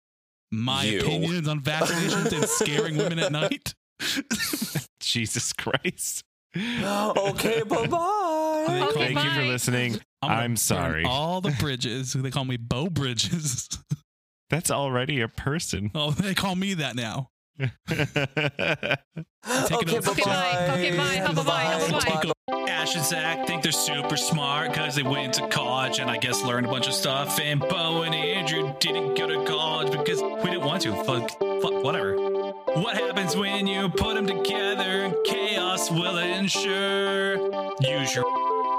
A: My
C: You.
A: opinions on vaccinations and scaring women at night.
C: <laughs>
E: Jesus Christ.
B: <laughs>
C: okay, bye
A: They
C: bye.
A: call-
D: Okay,
E: Thank you for
D: bye.
E: listening.
A: gonna
E: I'm
A: burn
E: sorry.
A: All the bridges. They call me Bo Bridges. <laughs>
E: That's already
C: <laughs>
E: a person.
A: Oh, they call me that now.
C: Okay,
A: over.
D: Okay, bye. Okay, bye. Bye-bye. Bye-bye.
C: Bye-bye.
B: Ash and Zach think they're super smart because they went to college and I guess learned a bunch of stuff. And Bo and Andrew didn't go to college because we didn't want to. Fuck, fuck whatever. What happens when you put them together? Chaos will ensure. Use your.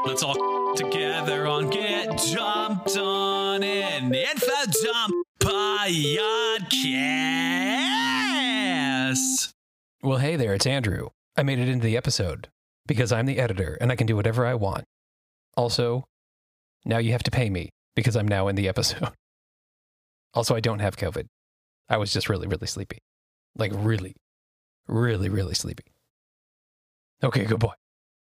B: <laughs> Let's all together on Get Dumped On an Info Dump Podcast.
F: Well, hey there, it's Andrew. I made it into the episode because I'm the editor and I can do whatever I want. Also, now you have to pay me because I'm now in the episode. <laughs> Also, I don't have COVID. I was just really, really sleepy. Like, really, really, really sleepy. Okay, good boy.